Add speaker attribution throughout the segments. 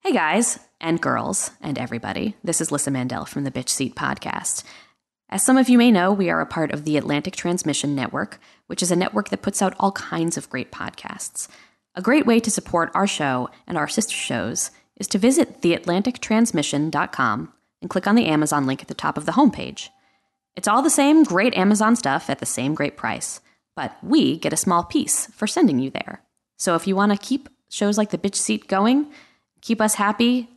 Speaker 1: Hey guys and girls and everybody. This is Lissa Mandel from the Bitch Seat Podcast. As some of you may know, we are a part of the Atlantic Transmission Network, which is a network that puts out all kinds of great podcasts. A great way to support our show and our sister shows is to visit theatlantictransmission.com and click on the Amazon link at the top of the homepage. It's all the same great Amazon stuff at the same great price, but we get a small piece for sending you there. So if you want to keep shows like The Bitch Seat going, keep us happy,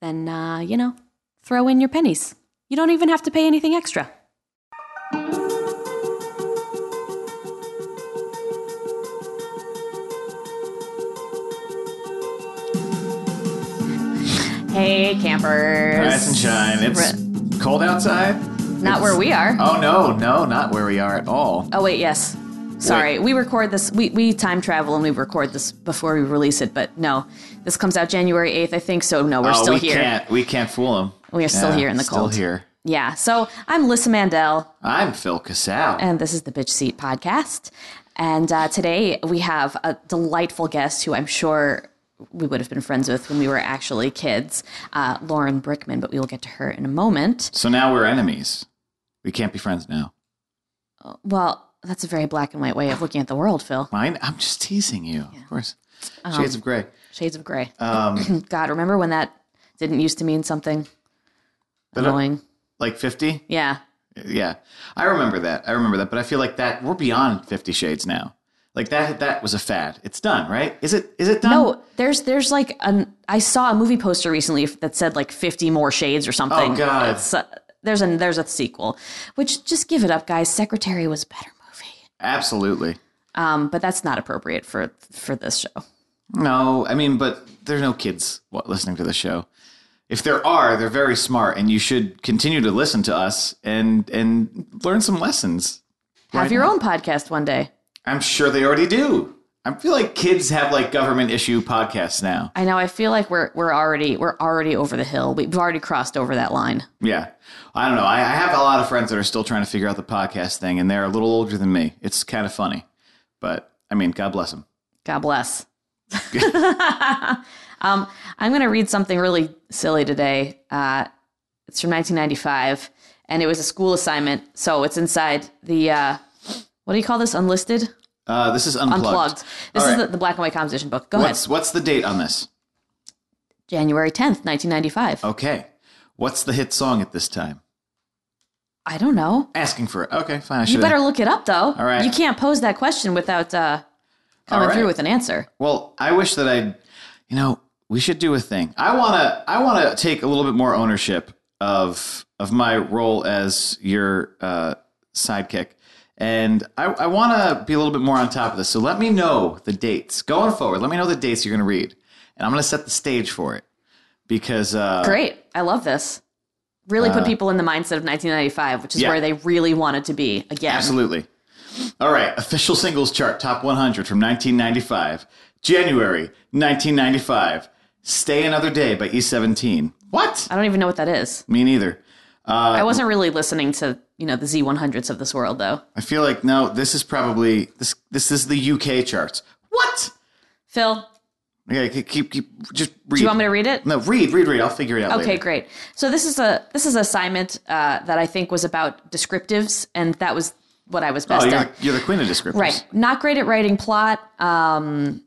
Speaker 1: then, uh, you know, throw in your pennies. You don't even have to pay anything extra. Hey,
Speaker 2: Rise and
Speaker 1: campers.
Speaker 2: shine. It's cold outside.
Speaker 1: Not where we are.
Speaker 2: Oh no, no, not where we are at all.
Speaker 1: Oh wait, yes. Sorry, we record this. We we time travel and we record this before we release it. But no, this comes out January eighth, I think. So no, we're
Speaker 2: oh,
Speaker 1: still
Speaker 2: we
Speaker 1: here.
Speaker 2: can't. We can't fool them.
Speaker 1: We are still here in the
Speaker 2: still
Speaker 1: cold.
Speaker 2: here.
Speaker 1: Yeah. So I'm Lissa Mandel,
Speaker 2: I'm Phil Casal.
Speaker 1: and this is the Bitch Seat Podcast. And uh, today we have a delightful guest who I'm sure we would have been friends with when we were actually kids, uh, Lauren Brickman. But we will get to her in a moment.
Speaker 2: so now we're enemies. We can't be friends now.
Speaker 1: Well, that's a very black and white way of looking at the world, Phil.
Speaker 2: Mine. I'm just teasing you. Of course.
Speaker 1: Um,
Speaker 2: Shades of gray.
Speaker 1: Shades of gray.
Speaker 2: Um,
Speaker 1: God, remember when that didn't used to mean something
Speaker 2: but, uh,
Speaker 1: annoying?
Speaker 2: like fifty.
Speaker 1: Yeah.
Speaker 2: Yeah, I remember that. I remember that. But I feel like that we're beyond Fifty Shades now. Like that. That was a fad. It's done, right? Is it? Is it done?
Speaker 1: No, Oh, there's there's like an I saw a movie poster recently that said like 50 more shades or something.
Speaker 2: Oh, God.
Speaker 1: It's, uh, there's an there's a sequel, which just give it up, guys. Secretary was a better movie,
Speaker 2: Absolutely.
Speaker 1: um, but that's not appropriate for for this show.
Speaker 2: No, I mean, but there's no kids wa- listening to the show. If there are, they're very smart, and you should continue to listen to us and and learn some lessons.
Speaker 1: Have your own podcast one day.
Speaker 2: I'm sure they already do. I feel like kids have like government issue podcasts now.
Speaker 1: I know. I feel like we're we're already we're already over the hill. We've already crossed over that line.
Speaker 2: Yeah, I don't know. I, I have a lot of friends that are still trying to figure out the podcast thing, and they're a little older than me. It's kind of funny, but I mean, God bless them.
Speaker 1: God bless. um, I'm going to read something really silly today. Uh, it's from 1995, and it was a school assignment. So it's inside the uh, what do you call this? Unlisted,
Speaker 2: Uh, this is unplugged.
Speaker 1: unplugged. This
Speaker 2: All
Speaker 1: is
Speaker 2: right.
Speaker 1: the, the black and white composition book. Go ahead.
Speaker 2: What's what's the date on this?
Speaker 1: January 10th, 1995.
Speaker 2: Okay, what's the hit song at this time?
Speaker 1: I don't know.
Speaker 2: Asking for it. Okay, fine. I
Speaker 1: You
Speaker 2: should've-
Speaker 1: better look it up, though.
Speaker 2: All right.
Speaker 1: You can't pose that question without uh, coming
Speaker 2: All right.
Speaker 1: through with an answer.
Speaker 2: Well, I wish that I, you know, we should do a thing. I wanna, I wanna take a little bit more ownership of of my role as your uh, sidekick, and I, I wanna be a little bit more on top of this. So let me know the dates going forward. Let me know the dates you're gonna read, and I'm gonna set the stage for it because uh,
Speaker 1: Great. I love this. Really put people in the mindset of 1995, which is
Speaker 2: yeah.
Speaker 1: where they really wanted to be again.
Speaker 2: Absolutely. All right, official singles chart top 100 from 1995. January 1995. Stay Another Day by E17. What?
Speaker 1: I don't even know what that is.
Speaker 2: Me neither. Uh,
Speaker 1: I wasn't really listening to, you know, the Z100s of this world, though.
Speaker 2: I feel like no, this is probably this this is the UK charts. What?
Speaker 1: Phil,
Speaker 2: Okay, keep keep, keep just read.
Speaker 1: do you want me to read it?
Speaker 2: No, read, read, read. I'll figure it out
Speaker 1: Okay,
Speaker 2: later.
Speaker 1: great. So this is a this is an assignment uh, that I think was about descriptives, and that was what I was
Speaker 2: Oh,
Speaker 1: best
Speaker 2: you're,
Speaker 1: at.
Speaker 2: you're the queen of descriptors.
Speaker 1: Right. Not great at writing plot um,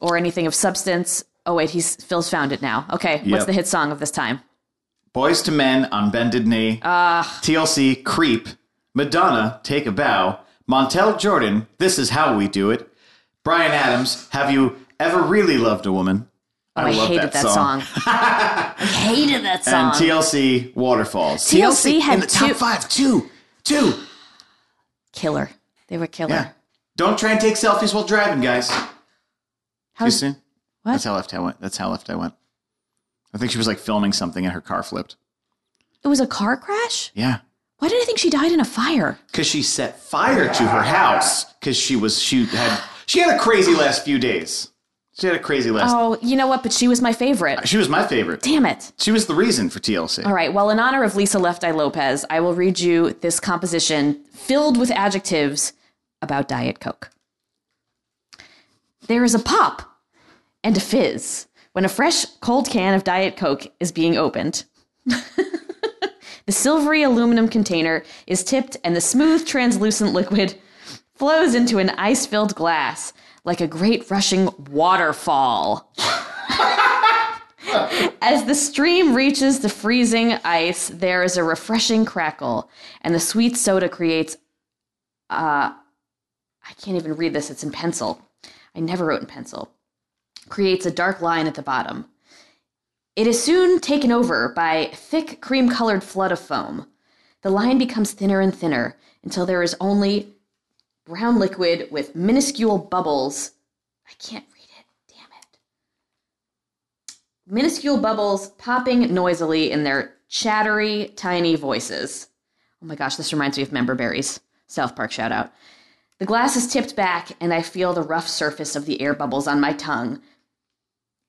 Speaker 1: or anything of substance. Oh wait, he's Phil's found it now. Okay, what's
Speaker 2: Yep.
Speaker 1: the hit song of this time?
Speaker 2: Boys to Men on Bended Knee. TLC Creep. Madonna Take a Bow. Montel Jordan This Is How We Do It. Brian Adams Have You Ever Really Loved a Woman?
Speaker 1: Oh, I,
Speaker 2: love
Speaker 1: hated that, song. I hated that song.
Speaker 2: And TLC Waterfalls.
Speaker 1: TLC had
Speaker 2: in the top
Speaker 1: two-
Speaker 2: five. Two. Two.
Speaker 1: killer. They were killer.
Speaker 2: Yeah. Don't try and take selfies while driving, guys.
Speaker 1: How-
Speaker 2: Too soon.
Speaker 1: What?
Speaker 2: That's how left I went. That's how left I went. I think she was like filming something and her car flipped.
Speaker 1: It was a car crash.
Speaker 2: Yeah.
Speaker 1: Why did I think she died in a fire?
Speaker 2: Cause she set fire to her house because she was she had she had a crazy last few days. She had a crazy last
Speaker 1: Oh, you know what? But she was my favorite.
Speaker 2: she was my favorite.
Speaker 1: Damn it.
Speaker 2: She was the reason for TLC.
Speaker 1: All right. Well, in honor of Lisa Left Eye Lopez, I will read you this composition filled with adjectives about Diet Coke. There is a pop and a fizz When a fresh, cold can of Diet Coke is being opened, the silvery aluminum container is tipped and the smooth, translucent liquid flows into an ice filled glass like a great rushing waterfall. As the stream reaches the freezing ice, there is a refreshing crackle, and the sweet soda creates. Uh, I can't even read this, it's in pencil. I never wrote in pencil. Creates a dark line at the bottom. It is soon taken over by thick cream colored flood of foam. The line becomes thinner and thinner until there is only brown liquid with minuscule bubbles. I can't read it, damn it. Minuscule bubbles popping noisily in their chattery, tiny voices. Oh my gosh, this reminds me of Member Berries. South Park shout out. The glass is tipped back, and I feel the rough surface of the air bubbles on my tongue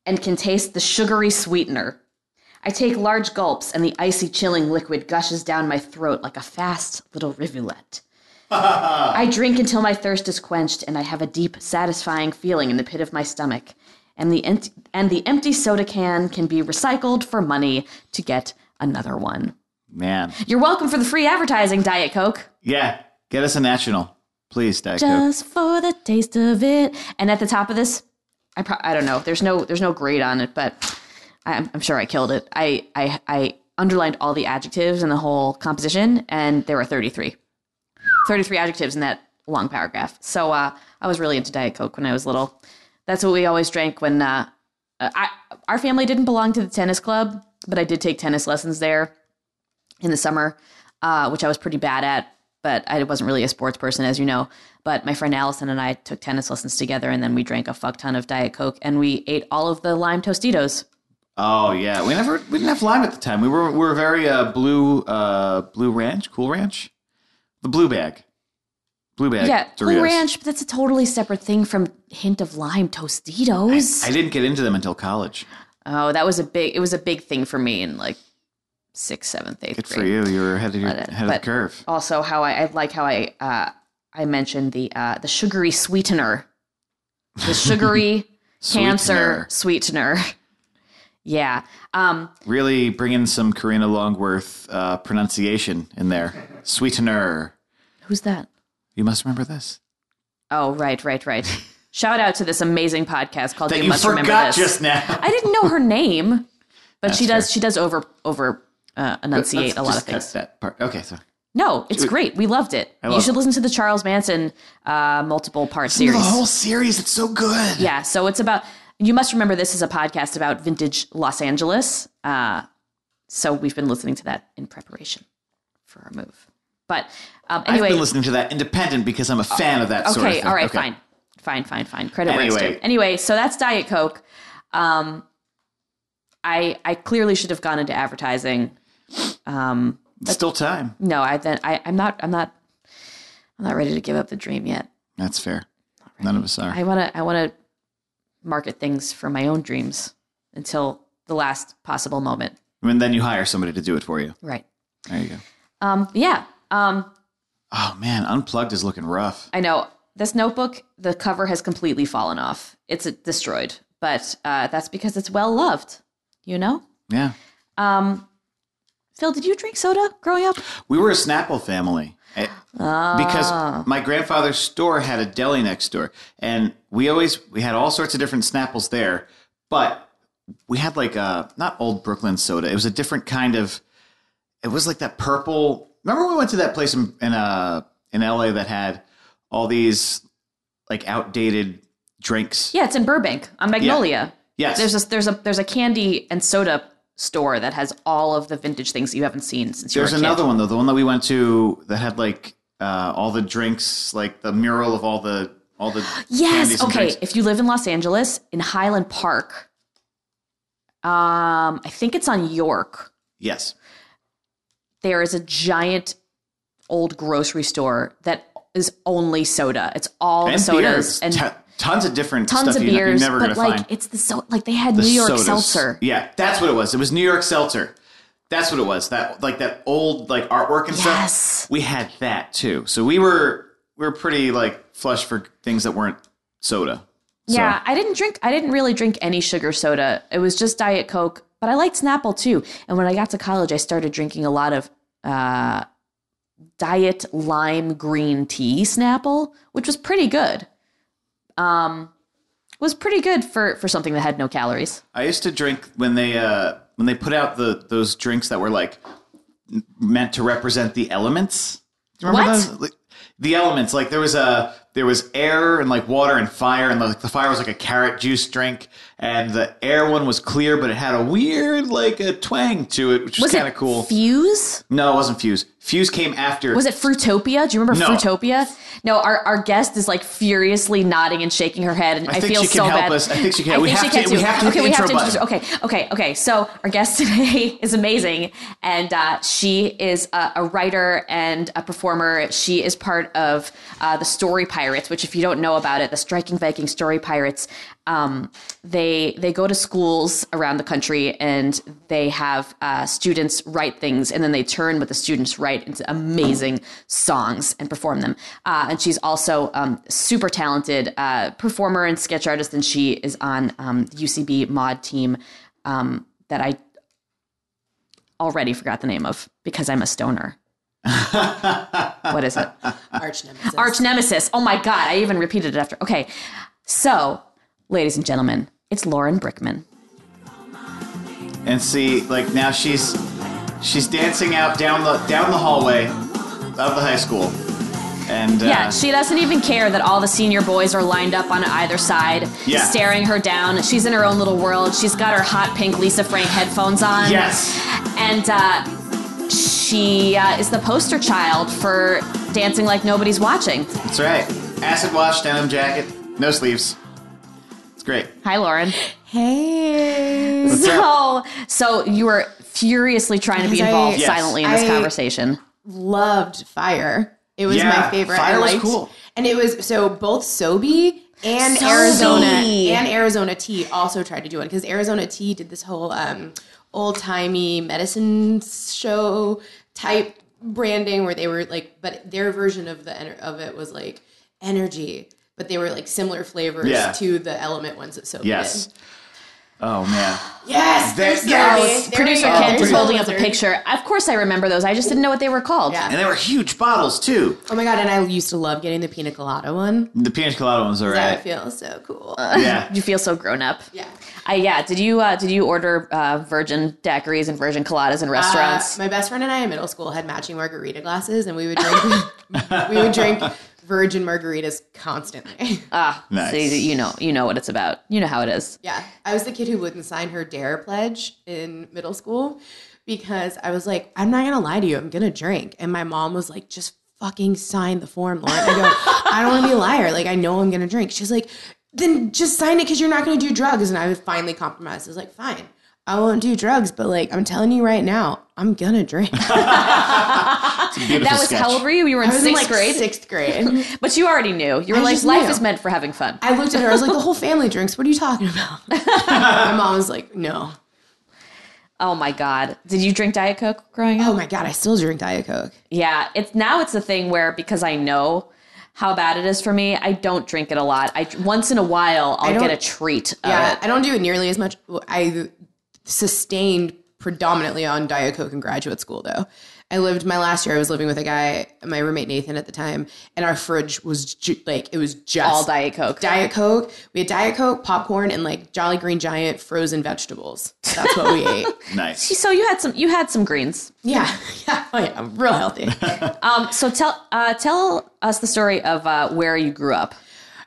Speaker 1: and can taste the sugary sweetener. I take large gulps, and the icy, chilling liquid gushes down my throat like a fast little rivulet. I drink until my thirst is quenched, and I have a deep, satisfying feeling in the pit of my stomach. And the ent- and the empty soda can can be recycled for money to get another one.
Speaker 2: Man.
Speaker 1: You're welcome for the free advertising, Diet Coke.
Speaker 2: Yeah. Get us a national. Please, Diet Coke.
Speaker 1: just for the taste of it. And at the top of this, I pro- I don't know. There's no there's no grade on it, but I'm, I'm sure I killed it. I, I I underlined all the adjectives in the whole composition, and there were 33, 33 adjectives in that long paragraph. So uh, I was really into Diet Coke when I was little. That's what we always drank when uh, I our family didn't belong to the tennis club, but I did take tennis lessons there in the summer, uh, which I was pretty bad at. But I wasn't really a sports person, as you know. But my friend Allison and I took tennis lessons together, and then we drank a fuck ton of Diet Coke, and we ate all of the lime Tostitos.
Speaker 2: Oh yeah. We never we didn't have lime at the time. We were we were very uh blue uh blue ranch, cool ranch. The blue bag. Blue bag.
Speaker 1: yeah, Blue
Speaker 2: Doritos.
Speaker 1: Ranch. But that's a totally separate thing from hint of lime Tostitos.
Speaker 2: I didn't get into them until college.
Speaker 1: oh, that was a big. It was a big thing for me in like sixth, seventh, eighth
Speaker 2: Good
Speaker 1: grade.
Speaker 2: for you. You were ahead of your
Speaker 1: But-
Speaker 2: ahead of the
Speaker 1: but-
Speaker 2: curve.
Speaker 1: Also, how I, I like how I uh, I mentioned the uh, the sugary sweetener, the sugary cancer sweetener. yeah. Um,
Speaker 2: Really bringing some Karina Longworth uh, pronunciation in there. Sweetener.
Speaker 1: who's that?
Speaker 2: You must remember this.
Speaker 1: Oh, right, right, right. Shout out to this amazing podcast called
Speaker 2: That
Speaker 1: You,
Speaker 2: you
Speaker 1: Must Remember
Speaker 2: forgot
Speaker 1: This.
Speaker 2: just now.
Speaker 1: I didn't know her name, but she does.
Speaker 2: fair.
Speaker 1: She does over over uh, enunciate
Speaker 2: Let's
Speaker 1: a lot of
Speaker 2: just cut
Speaker 1: things.
Speaker 2: That part. Okay, so
Speaker 1: No, it's great. We loved it. you
Speaker 2: love
Speaker 1: should
Speaker 2: it.
Speaker 1: listen to the Charles Manson uh, multiple part
Speaker 2: the
Speaker 1: series.
Speaker 2: whole series. It's so good.
Speaker 1: Yeah, so it's about. You must remember this is a podcast about vintage Los Angeles. Uh, so we've been listening to that in preparation for our move. But um,
Speaker 2: I've
Speaker 1: anyway,
Speaker 2: been listening to that independent because I'm a fan of that
Speaker 1: okay,
Speaker 2: sort of thing.
Speaker 1: all right, fine, fine, fine, fine. Credit where it's
Speaker 2: Anyway.
Speaker 1: due. Anyway, so that's Diet Coke. Um, I I clearly should have gone into advertising. Um,
Speaker 2: Still time.
Speaker 1: no, I then I I'm not I'm not I'm not ready to give up the dream yet.
Speaker 2: That's fair. None of us are.
Speaker 1: I want to I want to market things for my own dreams until the last possible moment.
Speaker 2: and then you hire somebody to do it for you.
Speaker 1: Right.
Speaker 2: There you go.
Speaker 1: Um yeah. Um
Speaker 2: Oh man, unplugged is looking rough.
Speaker 1: I know this notebook the cover has completely fallen off. It's uh, destroyed, but uh that's because it's well loved, you know?
Speaker 2: Yeah,
Speaker 1: Um Phil, did you drink soda growing up?
Speaker 2: we were a Snapple family eh, because my grandfather's store had a deli next door, and we always we had all sorts of different Snapples there, but we had like a not old Brooklyn soda. It was a different kind of. It was like that purple. Remember we went to that place in in, uh, in LA that had all these like outdated drinks.
Speaker 1: Yeah, it's in Burbank on Magnolia.
Speaker 2: Yes,
Speaker 1: There's a there's a there's a candy and soda store that has all of the vintage things that you haven't seen since you
Speaker 2: There's
Speaker 1: were a kid.
Speaker 2: another one though. The one that we went to that had like uh, all the drinks, like the mural of all the all the
Speaker 1: Yes.
Speaker 2: candies and
Speaker 1: Okay.
Speaker 2: drinks.
Speaker 1: If you live in Los Angeles, in Highland Park, um, I think it's on York.
Speaker 2: Yes.
Speaker 1: There is a giant old grocery store that is only soda. It's all
Speaker 2: And
Speaker 1: the sodas
Speaker 2: beers.
Speaker 1: and
Speaker 2: Ton- tons of different
Speaker 1: tons
Speaker 2: stuff
Speaker 1: of
Speaker 2: you-
Speaker 1: beers.
Speaker 2: you're never
Speaker 1: but
Speaker 2: gonna
Speaker 1: like,
Speaker 2: find.
Speaker 1: it's the so like they had New York
Speaker 2: Sodas.
Speaker 1: seltzer.
Speaker 2: Yeah, that's what it was. It was New York seltzer. That's what it was. That like that old like artwork and
Speaker 1: Yes.
Speaker 2: stuff. We had that too. So we were we were pretty like flush for things that weren't soda.
Speaker 1: Yeah, I didn't drink. I didn't really drink any sugar soda. It was just Diet Coke, but I liked Snapple too. And when I got to college, I started drinking a lot of uh, diet lime green tea Snapple, which was pretty good. Um, was pretty good for for something that had no calories.
Speaker 2: I used to drink when they uh, when they put out the those drinks that were like m- meant to represent the elements. Do you remember
Speaker 1: What?
Speaker 2: those? Like, the elements, like there was a there was air and like water and fire, and like the fire was like a carrot juice drink, and the air one was clear, but it had a weird like a twang to it, which was,
Speaker 1: Was
Speaker 2: kind
Speaker 1: it
Speaker 2: of cool.
Speaker 1: Fuse?
Speaker 2: no, it wasn't Fuse. Fuse came after.
Speaker 1: Was it Fruitopia? Do you remember
Speaker 2: No.
Speaker 1: Fruitopia? No, our, our guest is like furiously nodding and shaking her head, and I,
Speaker 2: think
Speaker 1: feel
Speaker 2: she can
Speaker 1: so
Speaker 2: help
Speaker 1: bad.
Speaker 2: us. I think she can. We have to-
Speaker 1: too.
Speaker 2: we have to hit
Speaker 1: okay,
Speaker 2: the
Speaker 1: we have
Speaker 2: intro
Speaker 1: to introduce- Okay, okay, okay. So our guest today is amazing, and uh, she is a, a writer and a performer. She is part of uh, the Story Pirates, which, if you don't know about it, the Striking Viking Story Pirates. Um, they they go to schools around the country and they have uh, students write things, and then they turn what the students write into amazing songs and perform them. Uh, and she's also um, super talented uh, performer and sketch artist, and she is on um, the UCB mod team um, that I already forgot the name of because I'm a stoner. what is it?
Speaker 3: Arch nemesis.
Speaker 1: Arch nemesis. Oh my god! I even repeated it after. Okay, so ladies and gentlemen, it's Lauren Brickman.
Speaker 2: and see like now she's she's dancing out down the down the hallway of the high school and uh,
Speaker 1: Yeah, she doesn't even care that all the senior boys are lined up on either side,
Speaker 2: Yeah.
Speaker 1: staring her down. She's in her own little world. She's got her hot pink Lisa Frank headphones on.
Speaker 2: Yes.
Speaker 1: And uh, she uh, is the poster child for dancing like nobody's watching.
Speaker 2: that's right acid wash denim jacket no sleeves it's great
Speaker 1: Hi, Lauren.
Speaker 3: Hey.
Speaker 2: What's up?
Speaker 1: So, so you were furiously trying to be
Speaker 3: Because I-
Speaker 1: involved
Speaker 2: Yes.
Speaker 1: silently in this
Speaker 3: I-
Speaker 1: conversation.
Speaker 3: Loved Fire. It was
Speaker 2: Yeah,
Speaker 3: my favorite.
Speaker 2: Fire
Speaker 3: I
Speaker 2: was
Speaker 3: liked-
Speaker 2: cool.
Speaker 3: And it was so both Sobe and
Speaker 1: Sobe.
Speaker 3: Arizona and Arizona Tea also tried to do one because Arizona Tea did this whole um, old timey medicine show type branding where they were like, but their version of the ener- of it was like energy, but they were like similar flavors
Speaker 2: Yeah.
Speaker 3: to the element ones that Sobe
Speaker 2: yes
Speaker 3: did.
Speaker 2: oh man
Speaker 3: Yes,
Speaker 2: There-
Speaker 3: there's
Speaker 2: yes!
Speaker 3: Sobe. There
Speaker 1: Producer
Speaker 3: we go.
Speaker 1: Kent
Speaker 3: There's
Speaker 1: is
Speaker 3: the
Speaker 1: holding up a
Speaker 3: lizard.
Speaker 1: picture. Of course, I remember those. I just didn't know what they were called.
Speaker 3: Yeah.
Speaker 2: and they were huge bottles too
Speaker 3: Oh my god! And I used to love getting the pina colada one.
Speaker 2: the pina colada ones are
Speaker 3: That
Speaker 2: right Uh,
Speaker 3: feels so cool.
Speaker 2: yeah
Speaker 1: You feel so grown up.
Speaker 3: yeah.
Speaker 1: Uh, yeah. Did you uh, did you order uh, virgin daiquiris and virgin coladas in restaurants?
Speaker 3: Uh, my best friend and I in middle school had matching margarita glasses, and we would drink we would drink virgin margaritas constantly.
Speaker 1: ah,
Speaker 2: Nice.
Speaker 1: so you, you know you know what it's about. You know how it is.
Speaker 3: yeah, I was the kid who wouldn't sign her dare pledge in middle school because I was like, I'm not gonna lie to you, I'm gonna drink, and my mom was like, just fucking sign the form, Lauren. I go, I don't want to be a liar. Like I know I'm gonna drink. She's like, then just sign it because you're not gonna do drugs. And I was finally compromised. I was like, fine. I won't do drugs, but like I'm telling you right now, I'm gonna drink.
Speaker 2: it's a beautiful
Speaker 1: That was
Speaker 2: sketch.
Speaker 1: how old were you? You were in
Speaker 3: I was
Speaker 1: sixth
Speaker 3: in like
Speaker 1: grade,
Speaker 3: sixth grade.
Speaker 1: but you already knew. You were
Speaker 3: I
Speaker 1: like,
Speaker 3: just
Speaker 1: life
Speaker 3: knew.
Speaker 1: is meant for having fun.
Speaker 3: I looked at her. I was like, the whole family drinks. What are you talking about? my mom was like, no.
Speaker 1: Oh my god! Did you drink Diet Coke growing up?
Speaker 3: Oh my god, I still drink Diet Coke.
Speaker 1: Yeah, it's now it's a thing where because I know how bad it is for me, I don't drink it a lot. I once in a while I'll
Speaker 3: don't-
Speaker 1: get a treat.
Speaker 3: Yeah,
Speaker 1: of it.
Speaker 3: I don't do it nearly as much. I sustained predominantly on Diet Coke in graduate school, though. I lived my last year. I was living with a guy, my roommate Nathan at the time, and our fridge was ju- like it was just
Speaker 1: all Diet Coke.
Speaker 3: Diet Coke. We had Diet Coke, popcorn, and like Jolly Green Giant frozen vegetables. That's what we ate.
Speaker 2: nice
Speaker 1: so you had some you had some greens.
Speaker 3: Yeah, yeah, oh yeah, real healthy.
Speaker 1: Um, so tell uh, tell us the story of uh, where you grew up.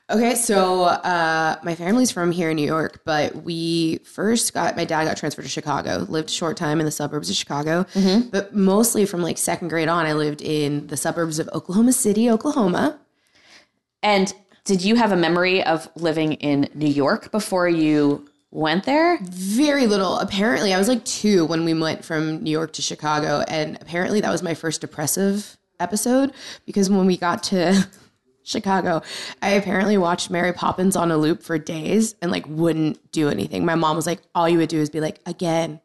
Speaker 3: Okay, so uh, my family's from here in New York, but we first got my dad got transferred to Chicago, lived a short time in the suburbs of Chicago, but mostly from like second grade on, I lived in the suburbs of Oklahoma City, Oklahoma.
Speaker 1: And did you have a memory of living in New York before you went there?
Speaker 3: Very little. Apparently, I was like two when we went from New York to Chicago, and apparently that was my first depressive episode because when we got to Chicago, I apparently watched Mary Poppins on a loop for days and like wouldn't do anything. My mom was like, all you would do is be like, again,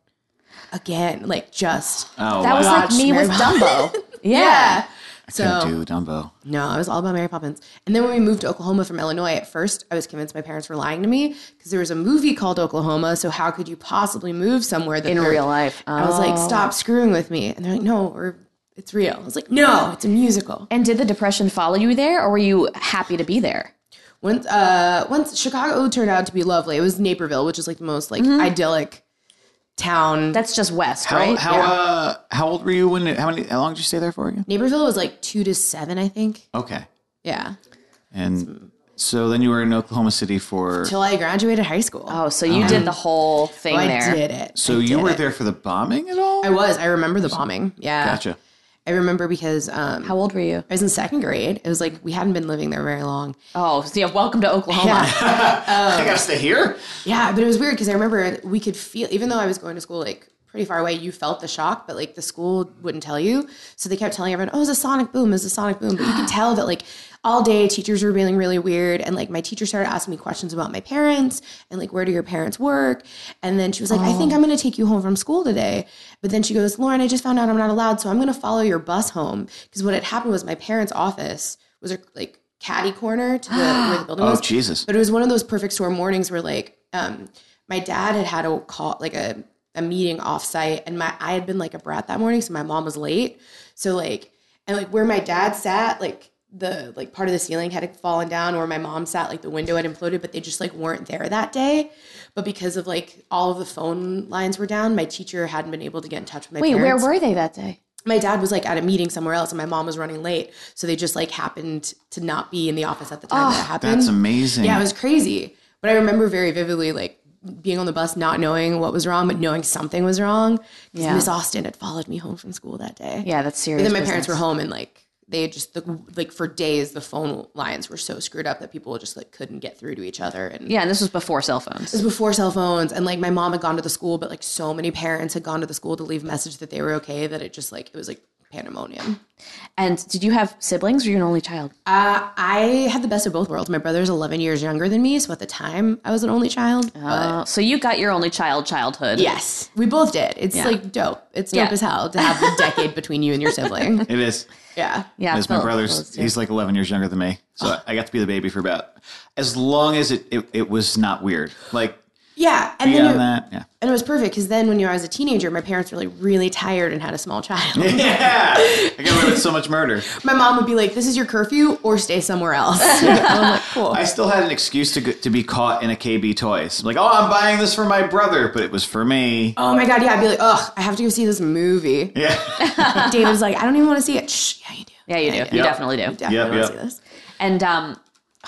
Speaker 3: again, like just.
Speaker 2: oh
Speaker 1: That was
Speaker 2: wow.
Speaker 1: like me
Speaker 3: Mary
Speaker 1: with Dumbo. Yeah.
Speaker 3: Yeah. So
Speaker 2: Couldn't do Dumbo.
Speaker 3: no, I was all about Mary Poppins. And then when we moved to Oklahoma from Illinois, at first I was convinced my parents were lying to me because there was a movie called Oklahoma. So how could you possibly move somewhere that
Speaker 1: in
Speaker 3: there-
Speaker 1: real life. Um,
Speaker 3: I was
Speaker 1: Oh.
Speaker 3: like, stop screwing with me. And they're like, no, we're, it's real. I was like, no, it's a musical.
Speaker 1: And did the depression follow you there, or were you happy to be there?
Speaker 3: Once, uh, once Chicago turned out to be lovely. It was Naperville, which is like the most like idyllic town.
Speaker 1: Mm-hmm. That's just west,
Speaker 2: How
Speaker 1: right?
Speaker 2: how uh how old were you when how many how long did you stay there for again?
Speaker 3: Naperville was like two to seven, I think.
Speaker 2: Okay.
Speaker 3: Yeah,
Speaker 2: And so then you were in Oklahoma City for
Speaker 3: till I graduated high school.
Speaker 1: oh, so you did the whole thing
Speaker 3: I
Speaker 1: there.
Speaker 3: did it.
Speaker 2: so
Speaker 3: I
Speaker 2: you
Speaker 3: did
Speaker 2: were
Speaker 3: it.
Speaker 2: there for the bombing at all?
Speaker 3: I was. I remember the bombing. Yeah,
Speaker 2: Gotcha.
Speaker 3: I remember because um,
Speaker 1: How old were you?
Speaker 3: I was in second grade. It was like we hadn't been living there very long.
Speaker 1: Oh, so yeah, welcome to Oklahoma.
Speaker 3: Yeah,
Speaker 2: I gotta stay here.
Speaker 3: yeah, but it was weird because I remember we could feel, even though I was going to school like pretty far away, you felt the shock, but like the school wouldn't tell you. So they kept telling everyone, "Oh, it's a sonic boom, it's a sonic boom," but you could tell that like all day teachers were being really weird, and like my teacher started asking me questions about my parents and like where do your parents work, and then she was like, "I think I'm going to take you home from school today," but then she goes, "Lauren, I just found out I'm not allowed, so I'm going to follow your bus home," because what had happened was my parents' office was like caddy corner to the where the building
Speaker 2: Oh
Speaker 3: was.
Speaker 2: Jesus.
Speaker 3: But it was one of those perfect storm mornings where like um my dad had had a call like a a meeting offsite and my I had been like a brat that morning so my mom was late. So like and like where my dad sat like the like part of the ceiling had fallen down where my mom sat like the window had imploded but they just like weren't there that day. But because of like all of the phone lines were down, my teacher hadn't been able to get in touch with my
Speaker 1: Wait,
Speaker 3: parents
Speaker 1: where were they that day?
Speaker 3: my dad was like at a meeting somewhere else and my mom was running late so they just like happened to not be in the office at the time that it happened
Speaker 2: That's amazing.
Speaker 3: yeah it was crazy but i remember very vividly like being on the bus not knowing what was wrong but knowing something was wrong because
Speaker 1: Yeah.
Speaker 3: miss austin had followed me home from school that day
Speaker 1: Yeah, that's serious.
Speaker 3: but then my parents were home and like they had just the, like for days the phone lines were so screwed up that people just like couldn't get through to each other and
Speaker 1: Yeah, and this was before cell
Speaker 3: it
Speaker 1: phones.
Speaker 3: was before cell phones and like my mom had gone to the school but like so many parents had gone to the school to leave message that they were okay that it just like it was like pandemonium
Speaker 1: And did you have siblings? Or you an only child?
Speaker 3: Uh, I had the best of both worlds. My brother's 11 years younger than me, so at the time I was an only child. But
Speaker 1: Uh, so you got your only child childhood.
Speaker 3: yes, we both did. It's like dope. It's dope
Speaker 1: Yeah.
Speaker 3: as hell to have the decade between you and your sibling.
Speaker 2: It is.
Speaker 3: Yeah.
Speaker 1: yeah.
Speaker 2: As my
Speaker 1: both-
Speaker 2: brother's,
Speaker 1: both, yeah.
Speaker 2: he's like 11 years younger than me. So I got to be the baby for about as long as it, it, it was not weird. Like
Speaker 3: Yeah. And then
Speaker 2: beyond
Speaker 3: it,
Speaker 2: that, yeah.
Speaker 3: and it was perfect because then when you, I was a teenager, my parents were like really tired and had a small child.
Speaker 2: Yeah. I got away with so much murder.
Speaker 3: my mom would be like, "This is your curfew, or stay somewhere else." And I'm like, "Cool."
Speaker 2: I still had an excuse to go, to be caught in a KB Toys. Like, oh, I'm buying this for my brother, but it was for me.
Speaker 3: Oh my god, yeah, I'd be like, "Ugh, I have to go see this movie."
Speaker 2: Yeah.
Speaker 3: David's like, "I don't even want to see it." Shh, yeah, you do.
Speaker 1: Yeah, you do. You
Speaker 2: Yep.
Speaker 1: definitely do.
Speaker 3: Definitely
Speaker 2: Yep,
Speaker 3: want
Speaker 2: yep.
Speaker 3: to see this.
Speaker 1: And um,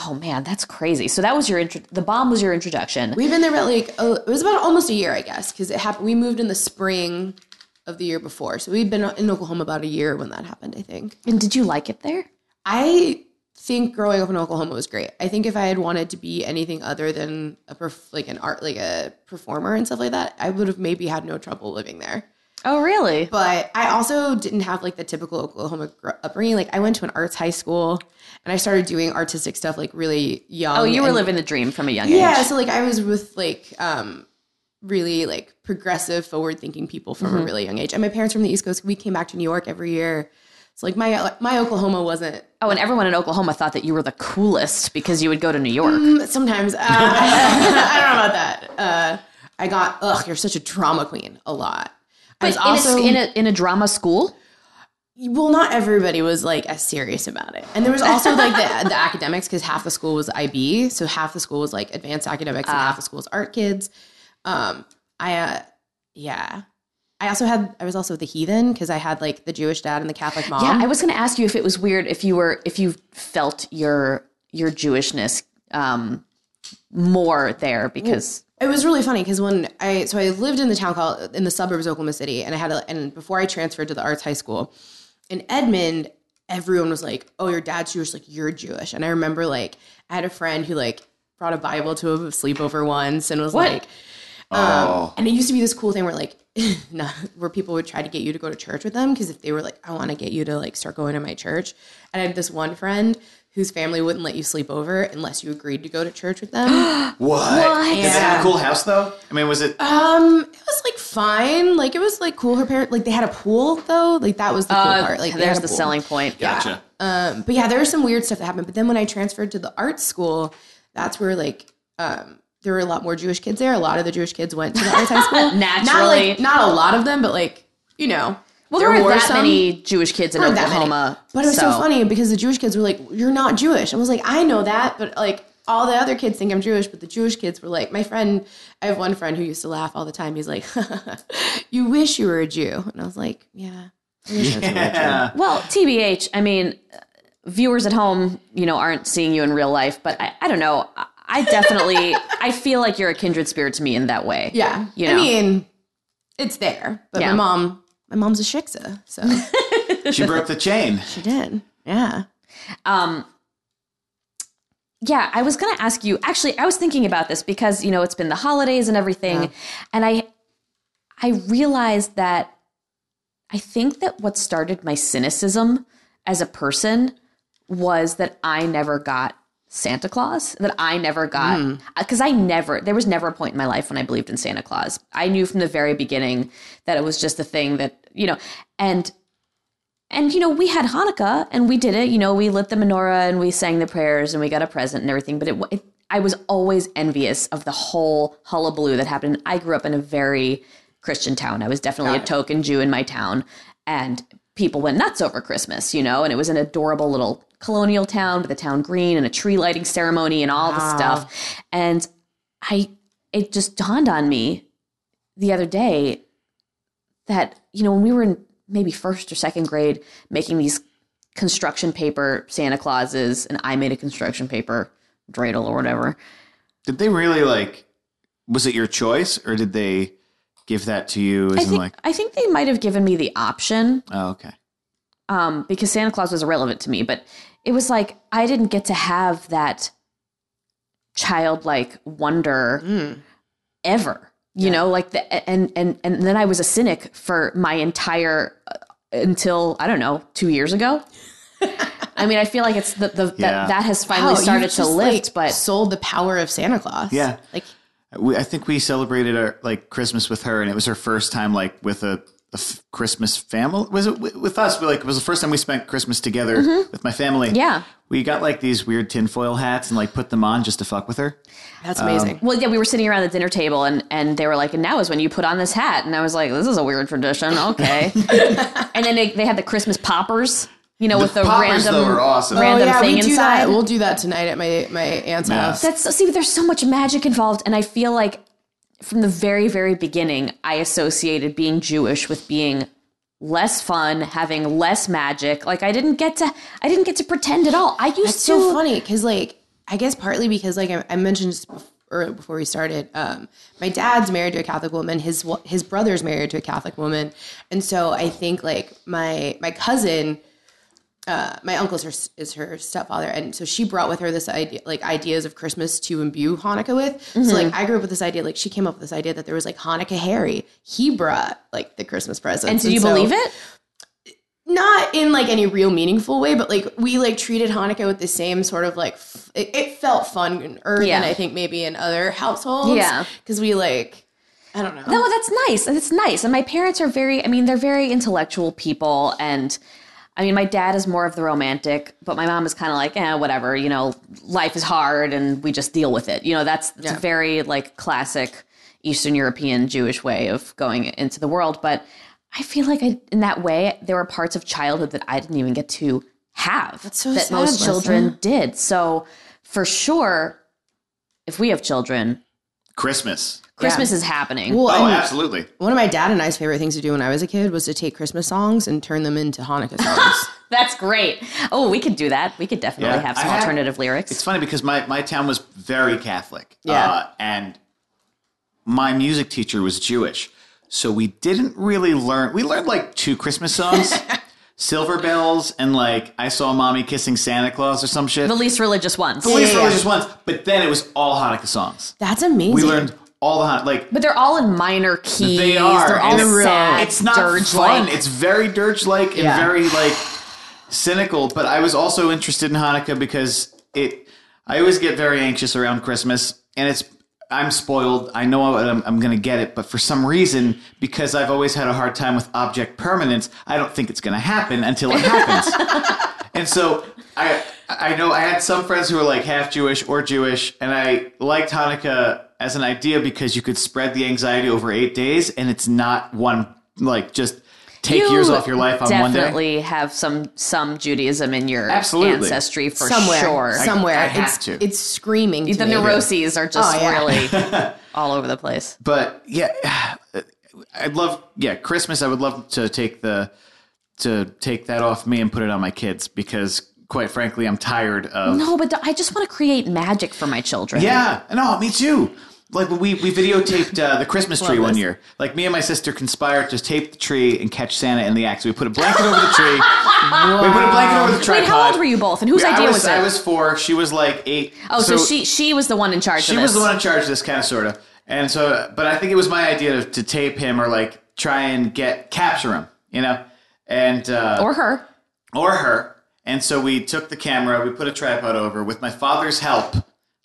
Speaker 1: oh man, that's crazy. So that was your intro. The bomb was your introduction.
Speaker 3: We've been there about like oh, it was about almost a year, I guess, because it happened. We moved in the spring of the year before, so we'd been in Oklahoma about a year when that happened. I think.
Speaker 1: and did you like it there?
Speaker 3: I think growing up in Oklahoma was great. I think if I had wanted to be anything other than a perf- like an art like a performer and stuff like that, I would have maybe had no trouble living there.
Speaker 1: Oh really?
Speaker 3: But I also didn't have like the typical Oklahoma gr- upbringing. Like I went to an arts high school, and I started doing artistic stuff like really young.
Speaker 1: Oh, you were
Speaker 3: and-
Speaker 1: living the dream from a young
Speaker 3: yeah
Speaker 1: age.
Speaker 3: so like i was with like um really like progressive forward thinking people from
Speaker 1: Mm-hmm.
Speaker 3: a really young age and my parents from the east coast we came back to new york every year so like my my oklahoma wasn't
Speaker 1: Oh, and everyone in Oklahoma thought that you were the coolest because you would go to New York.
Speaker 3: Mm, sometimes uh, i don't know about that uh i got ugh you're such a drama queen a lot i was
Speaker 1: But
Speaker 3: also
Speaker 1: in, a, in a in a drama school.
Speaker 3: well not everybody was like as serious about it and there was also like the, the academics because half the school was ib so half the school was like advanced academics
Speaker 1: Ah.
Speaker 3: and half the school was art kids um i uh, yeah i also had i was also the heathen because i had like the jewish dad and the catholic mom
Speaker 1: Yeah, I was going to ask you if it was weird if you were if you felt your your Jewishness um, more there because
Speaker 3: It was really funny because when I so I lived in the town called in the suburbs of Oklahoma City, and I had a, and before I transferred to the arts high school in Edmond, everyone was like, "Oh, your dad's Jewish, like you're Jewish." And I remember like I had a friend who like brought a Bible to a sleepover once and was like, uh,
Speaker 2: oh.
Speaker 3: and it used to be this cool thing where like not, where people would try to get you to go to church with them because if they were like, "I want to get you to like start going to my church," and I had this one friend whose family wouldn't let you sleep over unless you agreed to go to church with them.
Speaker 2: What? What? Is it
Speaker 3: Yeah.
Speaker 2: a cool house though? I mean, was it?
Speaker 1: Uh,
Speaker 3: um, it was like fine. Like it was like cool. Her parents like they had a pool though. Like that was the cool part. Like they
Speaker 1: Uh, there's
Speaker 3: had
Speaker 1: the
Speaker 3: a pool.
Speaker 1: selling point.
Speaker 2: Gotcha.
Speaker 3: Um, but yeah, there was some weird stuff that happened. But then when I transferred to the art school, that's where like um, there were a lot more Jewish kids there. A lot of the Jewish kids went to the arts high school. not
Speaker 1: Naturally.
Speaker 3: like not a lot of them, but like you know,
Speaker 1: Well, there, were
Speaker 3: were
Speaker 1: not that
Speaker 3: some-
Speaker 1: many Jewish kids in
Speaker 3: weren't that many.
Speaker 1: Oklahoma.
Speaker 3: But it was so. funny because the Jewish kids were like, "You're not Jewish." I was like, "I know that," but like all the other kids think I'm Jewish, but the Jewish kids were like, "My friend, I have one friend who used to laugh all the time. He's like, "You wish you were a Jew," and I was like, "Yeah." I wish I was a Jew."
Speaker 2: Yeah.
Speaker 1: Well, TBH, I mean, uh, viewers at home, you know, aren't seeing you in real life, but I, I don't know. I- I definitely, I feel like you're a kindred spirit to me in that way.
Speaker 3: Yeah.
Speaker 1: You
Speaker 3: I
Speaker 1: know.
Speaker 3: mean, it's there. But
Speaker 1: Yeah.
Speaker 3: my mom, my mom's a shiksa, so
Speaker 2: She broke the chain.
Speaker 3: she did. Yeah.
Speaker 1: Um, yeah, I was going to ask you. Actually, I was thinking about this because you know it's been the holidays and everything, and I, I realized that I think that what started my cynicism as a person was that I never got Santa Claus. That I never got because I never there was never a point in my life when I believed in Santa Claus. I knew from the very beginning that it was just a thing that you know, and and you know, we had Hanukkah and we did it. You know, we lit the menorah and we sang the prayers and we got a present and everything. But it, wa- it I was always envious of the whole hullabaloo that happened. I grew up in a very Christian town. I was definitely a token Jew in my town, and people went nuts over Christmas. You know, and it was an adorable little colonial town with a town green and a tree lighting ceremony and all the stuff. And I, it just dawned on me the other day that you know when we were in maybe first or second grade making these construction paper Santa Clauses, and I made a construction paper dreidel or whatever.
Speaker 2: Did they really like? Was it your choice, or did they give that to you? As
Speaker 1: I
Speaker 2: in
Speaker 1: think
Speaker 2: like,
Speaker 1: I think they might have given me the option
Speaker 2: oh, okay.
Speaker 1: um, because Santa Claus was irrelevant to me, but it was like I didn't get to have that childlike wonder
Speaker 3: Mm.
Speaker 1: ever. You know, like the and and and then I was a cynic for my entire uh, until I don't know two years ago. I mean, I feel like it's the, the
Speaker 2: Yeah.
Speaker 1: that that has finally
Speaker 3: Wow, you
Speaker 1: started to
Speaker 3: just,
Speaker 1: lift,
Speaker 3: like,
Speaker 1: but
Speaker 3: sold the power of Santa Claus.
Speaker 2: Yeah.
Speaker 3: Like
Speaker 2: We, I think we celebrated our like Christmas with her, and it was her first time like with a, a f- Christmas family. Was it wi- with us? We, like it was the first time we spent Christmas together with my family.
Speaker 1: Mm-hmm. Yeah.
Speaker 2: we got like these weird tinfoil hats and like put them on just to fuck with her.
Speaker 3: that's amazing.
Speaker 1: Well, yeah, we were sitting around the dinner table, and and they were like, "And now is when you put on this hat." And I was like, "This is a weird tradition." Okay. and then they, they had the Christmas poppers, you know, with the
Speaker 2: poppers,
Speaker 1: random
Speaker 2: though, are awesome.
Speaker 1: random
Speaker 3: oh yeah,
Speaker 1: thing
Speaker 3: we do
Speaker 1: inside.
Speaker 3: that. We'll do that tonight at my my aunt's house.
Speaker 1: That's see, there's so much magic involved, and I feel like from the very very beginning, I associated being Jewish with being less fun, having less magic. Like I didn't get to, I didn't get to pretend at all. I used
Speaker 3: It's
Speaker 1: to.
Speaker 3: so funny because like I guess partly because like I, I mentioned just bef- or before we started, um, my dad's married to a Catholic woman. His wa- his brother's married to a Catholic woman, and so I think like my my cousin. Uh, my uncle's her, is her stepfather, and so she brought with her this idea, like ideas of Christmas to imbue Hanukkah with.
Speaker 1: Mm-hmm.
Speaker 3: So, like, I grew up with this idea, like, she came up with this idea that there was like Hanukkah Harry. He brought like the Christmas presents.
Speaker 1: and did you
Speaker 3: so-
Speaker 1: believe it?
Speaker 3: not in like any real meaningful way, but like we like treated Hanukkah with the same sort of like f- it, it felt fun er,
Speaker 1: Yeah.
Speaker 3: than I think maybe in other households.
Speaker 1: Yeah.
Speaker 3: because we like I don't know.
Speaker 1: No, that's nice. That's nice. And my parents are very, I mean, they're very intellectual people. And I mean, my dad is more of the romantic, but my mom is kind of like, eh, whatever, you know, life is hard and we just deal with it. You know, that's, that's a
Speaker 3: Yeah.
Speaker 1: very like classic Eastern European Jewish way of going into the world. But I feel like I, in that way, there were parts of childhood that I didn't even get to have
Speaker 3: so
Speaker 1: that
Speaker 3: sad,
Speaker 1: most
Speaker 3: Lisa.
Speaker 1: children did. So for sure, if we have children,
Speaker 2: Christmas.
Speaker 1: Christmas is happening.
Speaker 3: Well,
Speaker 2: Oh,
Speaker 3: and
Speaker 2: absolutely.
Speaker 3: one of my dad and I's favorite things to do when I was a kid was to take Christmas songs and turn them into Hanukkah songs.
Speaker 1: That's great. Oh, we could do that. We could definitely
Speaker 2: Yeah.
Speaker 1: have some
Speaker 2: I have-
Speaker 1: alternative lyrics.
Speaker 2: It's funny because my, my town was very Catholic.
Speaker 3: Yeah.
Speaker 2: Uh, and my music teacher was Jewish. So we didn't really learn. We learned like two Christmas songs Silver Bells and like I Saw Mommy Kissing Santa Claus or some shit.
Speaker 1: the least religious ones.
Speaker 2: At least
Speaker 3: yeah, yeah.
Speaker 2: religious ones. But then it was all Hanukkah songs.
Speaker 3: That's amazing.
Speaker 2: We learned all the Hanukkah. Like,
Speaker 1: But they're all in minor keys.
Speaker 2: they are.
Speaker 1: They're all
Speaker 2: and it's-
Speaker 1: sad.
Speaker 2: It's not
Speaker 1: dirge-like.
Speaker 2: fun. It's very dirge like and
Speaker 3: Yeah.
Speaker 2: very like. cynical, but I was also interested in Hanukkah because it. I always get very anxious around Christmas, and it's. I'm spoiled. I know what I'm, I'm going to get it, but for some reason, because I've always had a hard time with object permanence, I don't think it's going to happen until it happens. and so I I know I had some friends who were like half Jewish or Jewish, and I liked Hanukkah as an idea because you could spread the anxiety over eight days, and it's not one like just take years off your life on one day.
Speaker 1: Definitely have some some Judaism in your
Speaker 2: Absolutely.
Speaker 1: ancestry for
Speaker 3: somewhere,
Speaker 1: sure.
Speaker 3: somewhere.
Speaker 2: I have
Speaker 3: it's,
Speaker 2: to.
Speaker 3: it's screaming. To
Speaker 1: the
Speaker 3: me.
Speaker 1: neuroses are just
Speaker 3: Oh, yeah.
Speaker 1: really all over the place.
Speaker 2: but yeah i'd love yeah christmas i would love to take the to take that off me and put it on my kids because quite frankly i'm tired of
Speaker 4: No, but
Speaker 1: I just want to create magic for my children.
Speaker 2: yeah no me too like we we videotaped uh, the christmas tree one year like me and my sister conspired to tape the tree and catch santa in the act so we put a blanket over the tree we put a blanket over the tripod
Speaker 1: Wait, how old were you both, and whose
Speaker 2: I
Speaker 1: idea
Speaker 2: was,
Speaker 1: was, it?
Speaker 2: I was four. She was like eight.
Speaker 1: oh, so, she she was the one in charge.
Speaker 2: She
Speaker 1: of this.
Speaker 2: was the one in charge of this kind of sort of. And so, but I think it was my idea to, to tape him or like try and get capture him, you know, and uh,
Speaker 1: or her.
Speaker 2: or her. And so we took the camera, we put a tripod over with my father's help,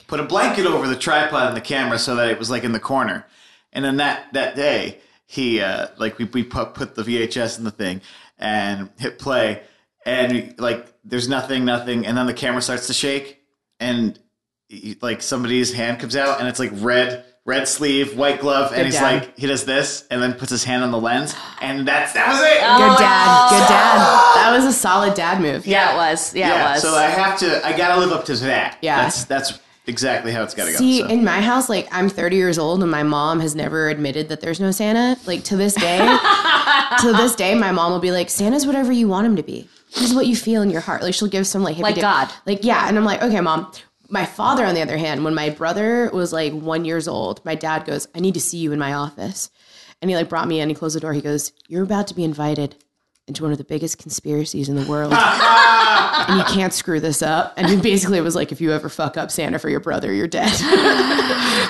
Speaker 2: put a blanket over the tripod and the camera so that it was like in the corner. And then that that day, he uh, like we we put, put the VHS in the thing and hit play, and like there's nothing, nothing, and then the camera starts to shake, and y- like somebody's hand comes out, and it's like red. Red sleeve, white glove, and he's
Speaker 3: dad.
Speaker 2: like, he does this, and then puts his hand on the lens, and that's that was it.
Speaker 3: Good dad. Good dad.
Speaker 1: Oh.
Speaker 3: That was a solid dad move.
Speaker 1: Yeah, it was. Yeah, it was.
Speaker 2: So I have to. I gotta live up to that.
Speaker 3: Yeah.
Speaker 2: That's that's exactly how it's gotta
Speaker 3: See,
Speaker 2: go. So.
Speaker 3: in my house, like I'm 30 years old and my mom has never admitted that there's no Santa. Like to this day, to this day, my mom will be like, Santa's whatever you want him to be. He's what you feel in your heart. Like she'll give some like hippie
Speaker 1: Like
Speaker 3: dick-
Speaker 1: God.
Speaker 3: Like, yeah. And I'm like, okay, mom. My father, on the other hand, when my brother was like one years old, my dad goes, I need to see you in my office. And he like brought me in, he closed the door. He goes, You're about to be invited into one of the biggest conspiracies in the world and you can't screw this up. And he basically was like, if you ever fuck up Santa for your brother, you're dead.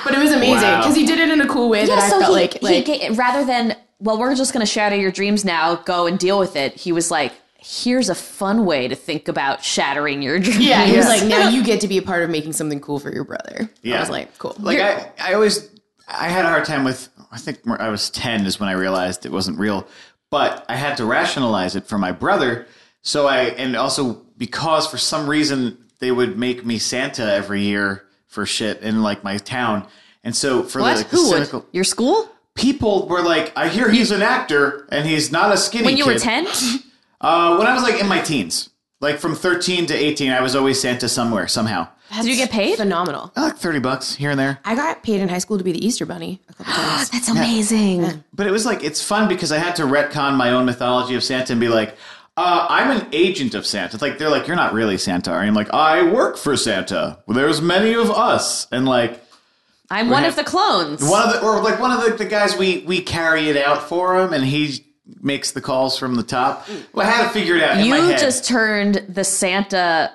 Speaker 3: but it was amazing
Speaker 2: Wow.
Speaker 3: because he did it in a cool way that I
Speaker 1: so
Speaker 3: felt
Speaker 1: he,
Speaker 3: like,
Speaker 1: he
Speaker 3: like
Speaker 1: ga- rather than well, we're just going to shatter your dreams now. Go and deal with it. He was like, here's a fun way to think about shattering your dreams.
Speaker 3: yeah, he was like, now you get to be a part of making something cool for your brother. I was like, cool.
Speaker 2: Like I, I always, I had a hard time with. I think when I was ten is when I realized it wasn't real, but I had to rationalize it for my brother. So I, and also because for some reason they would make me Santa every year for shit in like my town, and so for
Speaker 1: what?
Speaker 2: like the
Speaker 1: Who would?
Speaker 2: cynical-
Speaker 1: Your school?
Speaker 2: people were like, I hear he's an actor and he's not a skinny.
Speaker 1: When you were
Speaker 2: kid.
Speaker 1: ten?
Speaker 2: Uh, when I was like in my teens, like from 13 to 18, I was always Santa somewhere, somehow.
Speaker 1: Did you get paid?
Speaker 3: Phenomenal.
Speaker 2: I like 30 bucks here and there.
Speaker 3: I got paid in high school to be the Easter Bunny a couple times.
Speaker 4: That's amazing.
Speaker 2: But it was like, it's fun because I had to retcon my own mythology of Santa and be like, uh, I'm an agent of Santa. It's like, they're like, you're not really Santa. are you?" I'm like, I work for Santa. There's many of us. And like,
Speaker 1: I'm one of the clones.
Speaker 2: one of the, or like one of the, the guys we, we carry it out for him and he makes the calls from the top. Well, I had to figure it out. in my
Speaker 1: you
Speaker 2: head.
Speaker 1: just turned the Santa,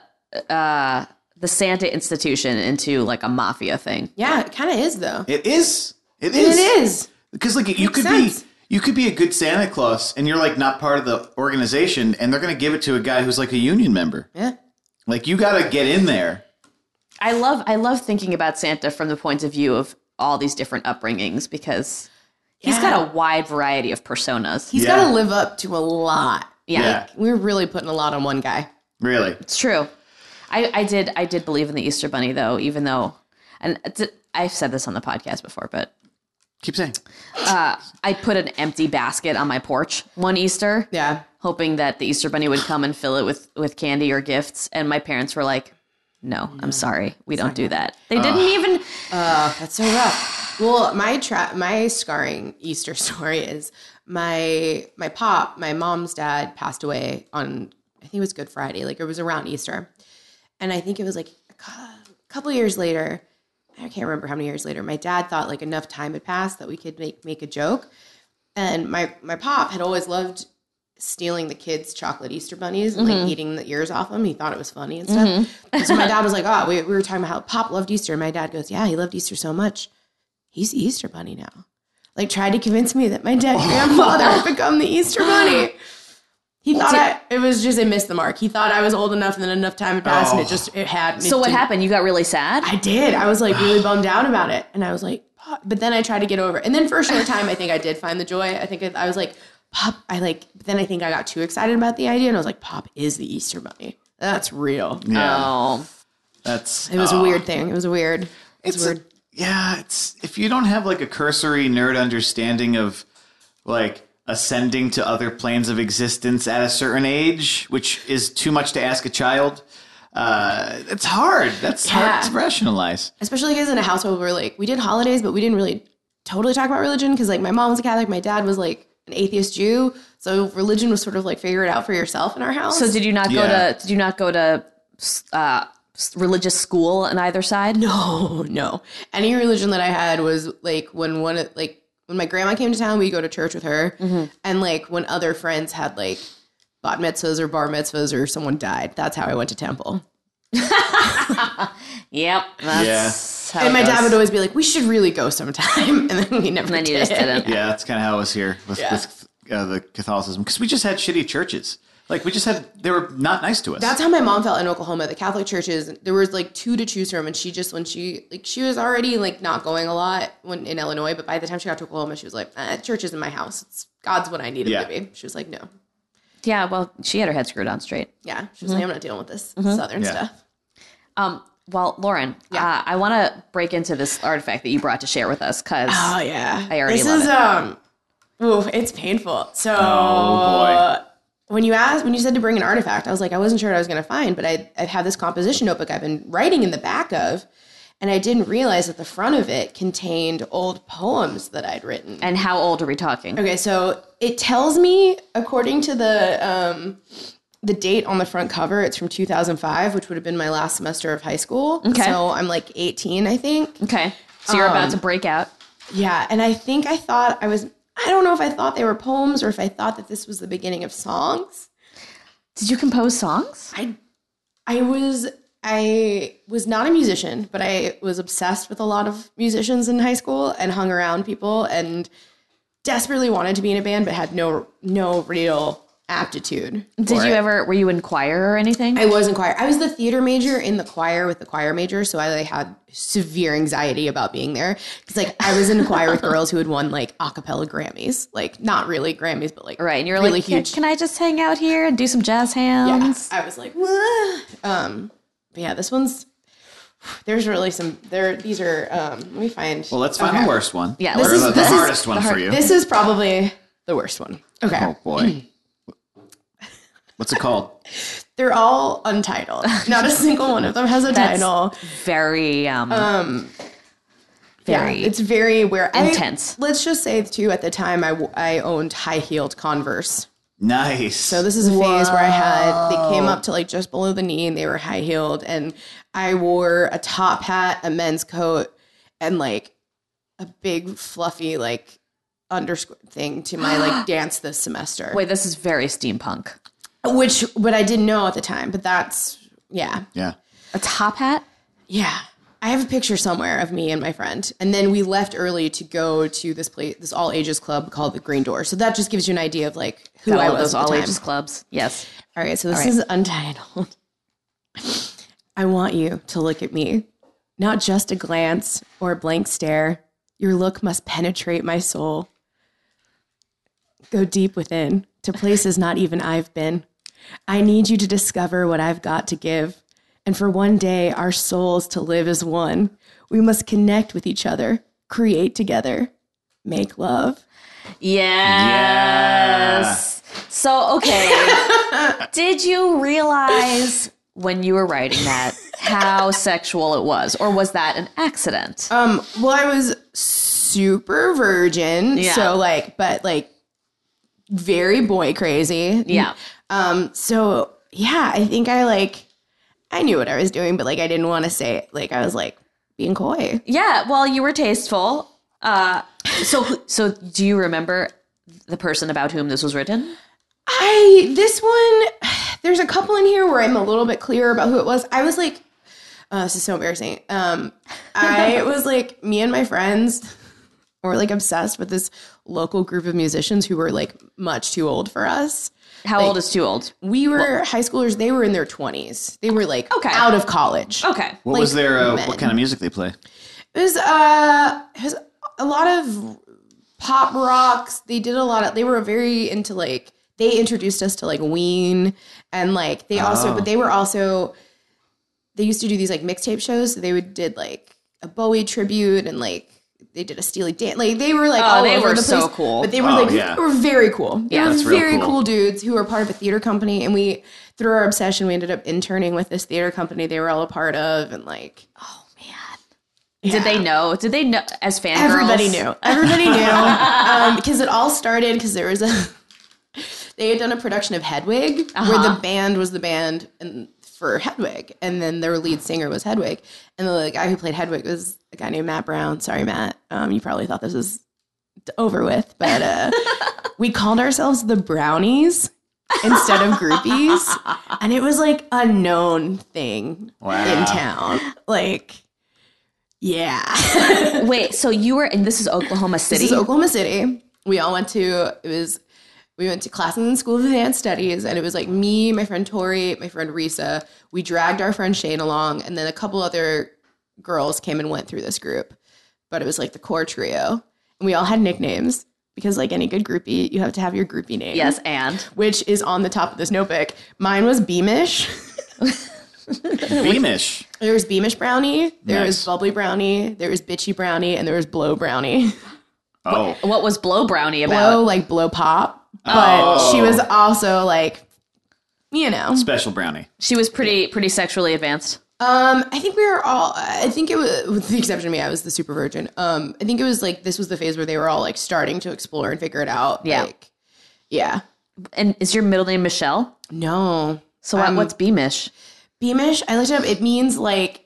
Speaker 1: uh, the Santa institution into like a mafia thing.
Speaker 3: Yeah, it kind of is though.
Speaker 2: It is. It
Speaker 3: It
Speaker 2: is.
Speaker 3: is.
Speaker 2: Because like you could
Speaker 3: sense.
Speaker 2: be you could be a good Santa Claus and you're like not part of the organization and they're gonna give it to a guy who's like a union member.
Speaker 3: Yeah.
Speaker 2: Like you gotta get in there.
Speaker 1: I love, I love thinking about Santa from the point of view of all these different upbringings because he's
Speaker 3: Yeah.
Speaker 1: got a wide variety of personas.
Speaker 3: He's
Speaker 2: Yeah.
Speaker 3: got to live up to a lot.
Speaker 1: yeah,
Speaker 2: Yeah.
Speaker 3: We're really putting a lot on one guy.
Speaker 2: Really.
Speaker 1: it's true. I, I did, I did believe in the Easter Bunny though, even though, and it's- I've said this on the podcast before, but
Speaker 2: Keep saying.
Speaker 1: I put an empty basket on my porch one Easter.
Speaker 3: Yeah.
Speaker 1: hoping that the Easter Bunny would come and fill it with with candy or gifts. And my parents were like, "No, I'm sorry, we don't do that." They didn't even.
Speaker 3: That's so rough. Well, my tra- my scarring Easter story is my my pop, my mom's dad passed away on I think it was Good Friday, like it was around Easter, and I think it was like a cou- couple years later. I can't remember how many years later. My dad thought like enough time had passed that we could make make a joke, and my my pop had always loved stealing the kids' chocolate Easter bunnies and like eating the ears off them. He thought it was funny and stuff. And so my dad was like, "Oh, we, we were talking about how Pop loved Easter." And my dad goes, "Yeah, he loved Easter so much, he's the Easter bunny now." Like tried to convince me that my dead grandfather had become the Easter bunny. He thought I, it was just it missed the mark. He thought I was old enough, and then enough time had passed, and it just it had.
Speaker 1: So what
Speaker 3: happened?
Speaker 1: happened? You got really sad?
Speaker 3: I did. I was like really bummed out about it. And I was like, "Pop," but then I tried to get over it. And then for a short time, I think I did find the joy. I think I, I was like, Pop, I like, but then I think I got too excited about the idea. And I was like, Pop is the Easter Bunny. That's real.
Speaker 2: Yeah,
Speaker 1: Oh.
Speaker 2: that's
Speaker 3: It was
Speaker 2: oh.
Speaker 3: a weird thing. It was weird. It's,
Speaker 2: It's-
Speaker 3: weird.
Speaker 2: yeah, it's if you don't have like a cursory nerd understanding of like ascending to other planes of existence at a certain age, which is too much to ask a child. Uh, it's hard. That's
Speaker 3: Yeah.
Speaker 2: hard to rationalize.
Speaker 3: especially because in a household where like we did holidays, but we didn't really totally talk about religion because like my mom was a Catholic, my dad was like an atheist Jew, so religion was sort of like figure it out for yourself in our house.
Speaker 1: So did you not
Speaker 2: Yeah.
Speaker 1: go to did you not go to uh, religious school on either side?
Speaker 3: No, Oh, no. Any religion that I had was like when one of- like when my grandma came to town, we'd go to church with her,
Speaker 1: Mm-hmm.
Speaker 3: and like when other friends had like bat mitzvahs or bar mitzvahs or someone died, that's how I went to temple.
Speaker 1: Yep. That's how
Speaker 3: and my
Speaker 1: it
Speaker 3: dad
Speaker 1: goes.
Speaker 3: would always be like, "We should really go sometime," and then we never.
Speaker 1: and then you
Speaker 3: did.
Speaker 1: just didn't.
Speaker 2: Yeah, that's kind of how it was here with, with uh, the Catholicism because we just had shitty churches. Like we just had, they were not nice to us.
Speaker 3: That's how my mom felt in Oklahoma. The Catholic churches, there was like two to choose from, and she just when she like she was already like not going a lot when in Illinois, but by the time she got to Oklahoma, she was like, eh, "Church isn't my house. It's God's what I need it
Speaker 2: Yeah.
Speaker 3: to be." She was like, "No,
Speaker 1: Yeah, well, she had her head screwed on straight.
Speaker 3: Yeah. She was like, I'm not dealing with this southern
Speaker 2: Yeah.
Speaker 3: stuff.
Speaker 1: Um, well, Lauren, uh, I want to break into this artifact that you brought to share with us because
Speaker 3: Uh-huh. Oh, yeah.
Speaker 1: I already
Speaker 3: this
Speaker 1: love
Speaker 3: is
Speaker 1: it.
Speaker 3: um ooh, it's painful. So
Speaker 2: oh
Speaker 3: when you asked when you said to bring an artifact, I was like, I wasn't sure what I was gonna find, but I I have this composition notebook I've been writing in the back of, and I didn't realize that the front of it contained old poems that I'd written.
Speaker 1: and how old are we talking?
Speaker 3: Okay, so it tells me according to the um, the date on the front cover, it's from 2005, which would have been my last semester of high school.
Speaker 1: Okay.
Speaker 3: So I'm like 18, I think.
Speaker 1: Okay, so you're
Speaker 3: Um,
Speaker 1: about to break out.
Speaker 3: Yeah, and I think I thought I was I don't know if I thought they were poems or if I thought that this was the beginning of songs.
Speaker 1: Did you compose songs?
Speaker 3: I I was I was not a musician, but I was obsessed with a lot of musicians in high school and hung around people and desperately wanted to be in a band but had no no real aptitude.
Speaker 1: Did you ever? Were you in choir or anything?
Speaker 3: I was in choir. I was the theater major in the choir with the choir major, so I like, had severe anxiety about being there because like I was in a choir with girls who had won like a cappella Grammys, like not really Grammys, but like
Speaker 1: right, and you're
Speaker 3: really
Speaker 1: like, "Can-
Speaker 3: huge.
Speaker 1: Can I just hang out here and do some jazz hands?
Speaker 3: I was like, "Whoa." um, but yeah, this one's there's really some there. These are um, let me find.
Speaker 2: boy! Well, let's find the worst one.
Speaker 1: Yeah,
Speaker 2: Or
Speaker 1: this
Speaker 3: is-
Speaker 2: the, the
Speaker 3: this is
Speaker 2: hardest one for you.
Speaker 3: This is probably the worst one. Okay,
Speaker 2: oh boy, what's it called?
Speaker 3: they're all untitled. Not a single one of them has a
Speaker 1: That's
Speaker 3: title.
Speaker 1: Very um, very
Speaker 3: yeah, it's very where I-
Speaker 1: intense.
Speaker 3: let's just say too, at the time I, w- I owned high heeled Converse.
Speaker 2: Nice.
Speaker 3: So this is a phase where I had they came up to like just below the knee and they were high heeled, and I wore a top hat, a men's coat, and like a big fluffy like underscore thing to my like dance this semester.
Speaker 1: Wait, this is very steampunk.
Speaker 3: Which, but I didn't know at the time. But that's yeah,
Speaker 2: yeah.
Speaker 1: A top hat.
Speaker 3: Yeah. I have a picture somewhere of me and my friend. And then we left early to go to this place, this all ages club called the Green Door. So that just gives you an idea of like who
Speaker 1: Got
Speaker 3: I
Speaker 1: all
Speaker 3: was
Speaker 1: those
Speaker 3: at the
Speaker 1: all
Speaker 3: time.
Speaker 1: ages clubs. Yes.
Speaker 3: All right, so this is untitled. I want you to look at me. Not just a glance or a blank stare. Your look must penetrate my soul. Go deep within to places not even I've been. I need you to discover what I've got to give. And for one day, our souls to live as one. We must connect with each other, create together, make love.
Speaker 1: Yes. So, okay. Did you realize when you were writing that how sexual it was? Or was that an accident?
Speaker 3: Um, well, I was super virgin,
Speaker 1: Yeah.
Speaker 3: so like, but like, very boy crazy.
Speaker 1: yeah.
Speaker 3: Um. So yeah, I think I like, I knew what I was doing, but like, I didn't want to say it. Like, I was like being coy.
Speaker 1: Yeah. Well, you were tasteful. Uh, so, who- so do you remember the person about whom this was written?
Speaker 3: I this one, there's a couple in here where I'm a little bit clearer about who it was. I was like, oh, this is so embarrassing. Um, I was like, me and my friends we're like obsessed with this local group of musicians who were like much too old for us.
Speaker 5: How old is too old?
Speaker 3: We were high schoolers. They were in their 20s. They were like
Speaker 5: Okay. Oh.
Speaker 3: out of college.
Speaker 5: Okay.
Speaker 2: What was
Speaker 3: Like
Speaker 2: their uh,
Speaker 3: men.
Speaker 2: what kind of music they play?
Speaker 3: It was, uh, it was a lot of pop rocks. They did a lot of, they were very into like, they introduced us to like Ween and like they also,
Speaker 2: Oh.
Speaker 3: but they were also, they used to do these like mixtape shows. So they would did like a Bowie tribute and like, they did a Steely Dan. Like they were like,
Speaker 5: Oh,
Speaker 3: all
Speaker 5: they
Speaker 3: over
Speaker 5: were
Speaker 3: the
Speaker 5: so
Speaker 3: place.
Speaker 5: cool.
Speaker 3: But they were
Speaker 2: Oh,
Speaker 3: like,
Speaker 2: yeah.
Speaker 3: they were very cool. They
Speaker 5: Yeah,
Speaker 3: were
Speaker 2: that's real
Speaker 3: very
Speaker 2: cool.
Speaker 3: cool dudes who were part of a theater company. And we, through our obsession, we ended up interning with this theater company they were all a part of. And like, oh,
Speaker 5: Did they know? Did they know as fangirls?
Speaker 3: Everybody knew. Everybody knew. Because it all started because there was a. They had done a production of Hedwig where the band was the band and for Hedwig, and then their lead singer was Hedwig, and the guy who played Hedwig was a guy named Matt Brown. Sorry, Matt. Um, you probably thought this was d- over with, but uh, we called ourselves the Brownies instead of groupies, and it was like a known thing
Speaker 2: Wow.
Speaker 3: in town. Like, yeah.
Speaker 5: Wait, so you were, and this is Oklahoma City.
Speaker 3: This is Oklahoma City. We all went to it was we went to classes in the School of Advanced Studies, and it was like me, my friend Tori, my friend Risa. We dragged our friend Shane along, and then a couple other girls came and went through this group. But it was like the core trio, and we all had nicknames because, like any good groupie, you have to have your groupie name.
Speaker 5: yes, and
Speaker 3: which is on the top of this notebook. Mine was Beamish.
Speaker 2: Beamish.
Speaker 3: There was Beamish Brownie. There
Speaker 2: Nice.
Speaker 3: was Bubbly Brownie. There was Bitchy Brownie, and there was Blow Brownie.
Speaker 2: Oh,
Speaker 5: what was Blow Brownie about?
Speaker 3: blow like blow pop, but
Speaker 2: Oh.
Speaker 3: she was also like, you know,
Speaker 2: special brownie.
Speaker 5: She was pretty, pretty sexually advanced.
Speaker 3: um, I think we were all. I think it was, with the exception of me, I was the super virgin. Um, I think it was like this was the phase where they were all like starting to explore and figure it out.
Speaker 5: Yeah.
Speaker 3: like, yeah.
Speaker 5: And is your middle name Michelle?
Speaker 3: No,
Speaker 5: So what
Speaker 3: Um,
Speaker 5: what's Beamish?
Speaker 3: Beamish. I looked it up. It means like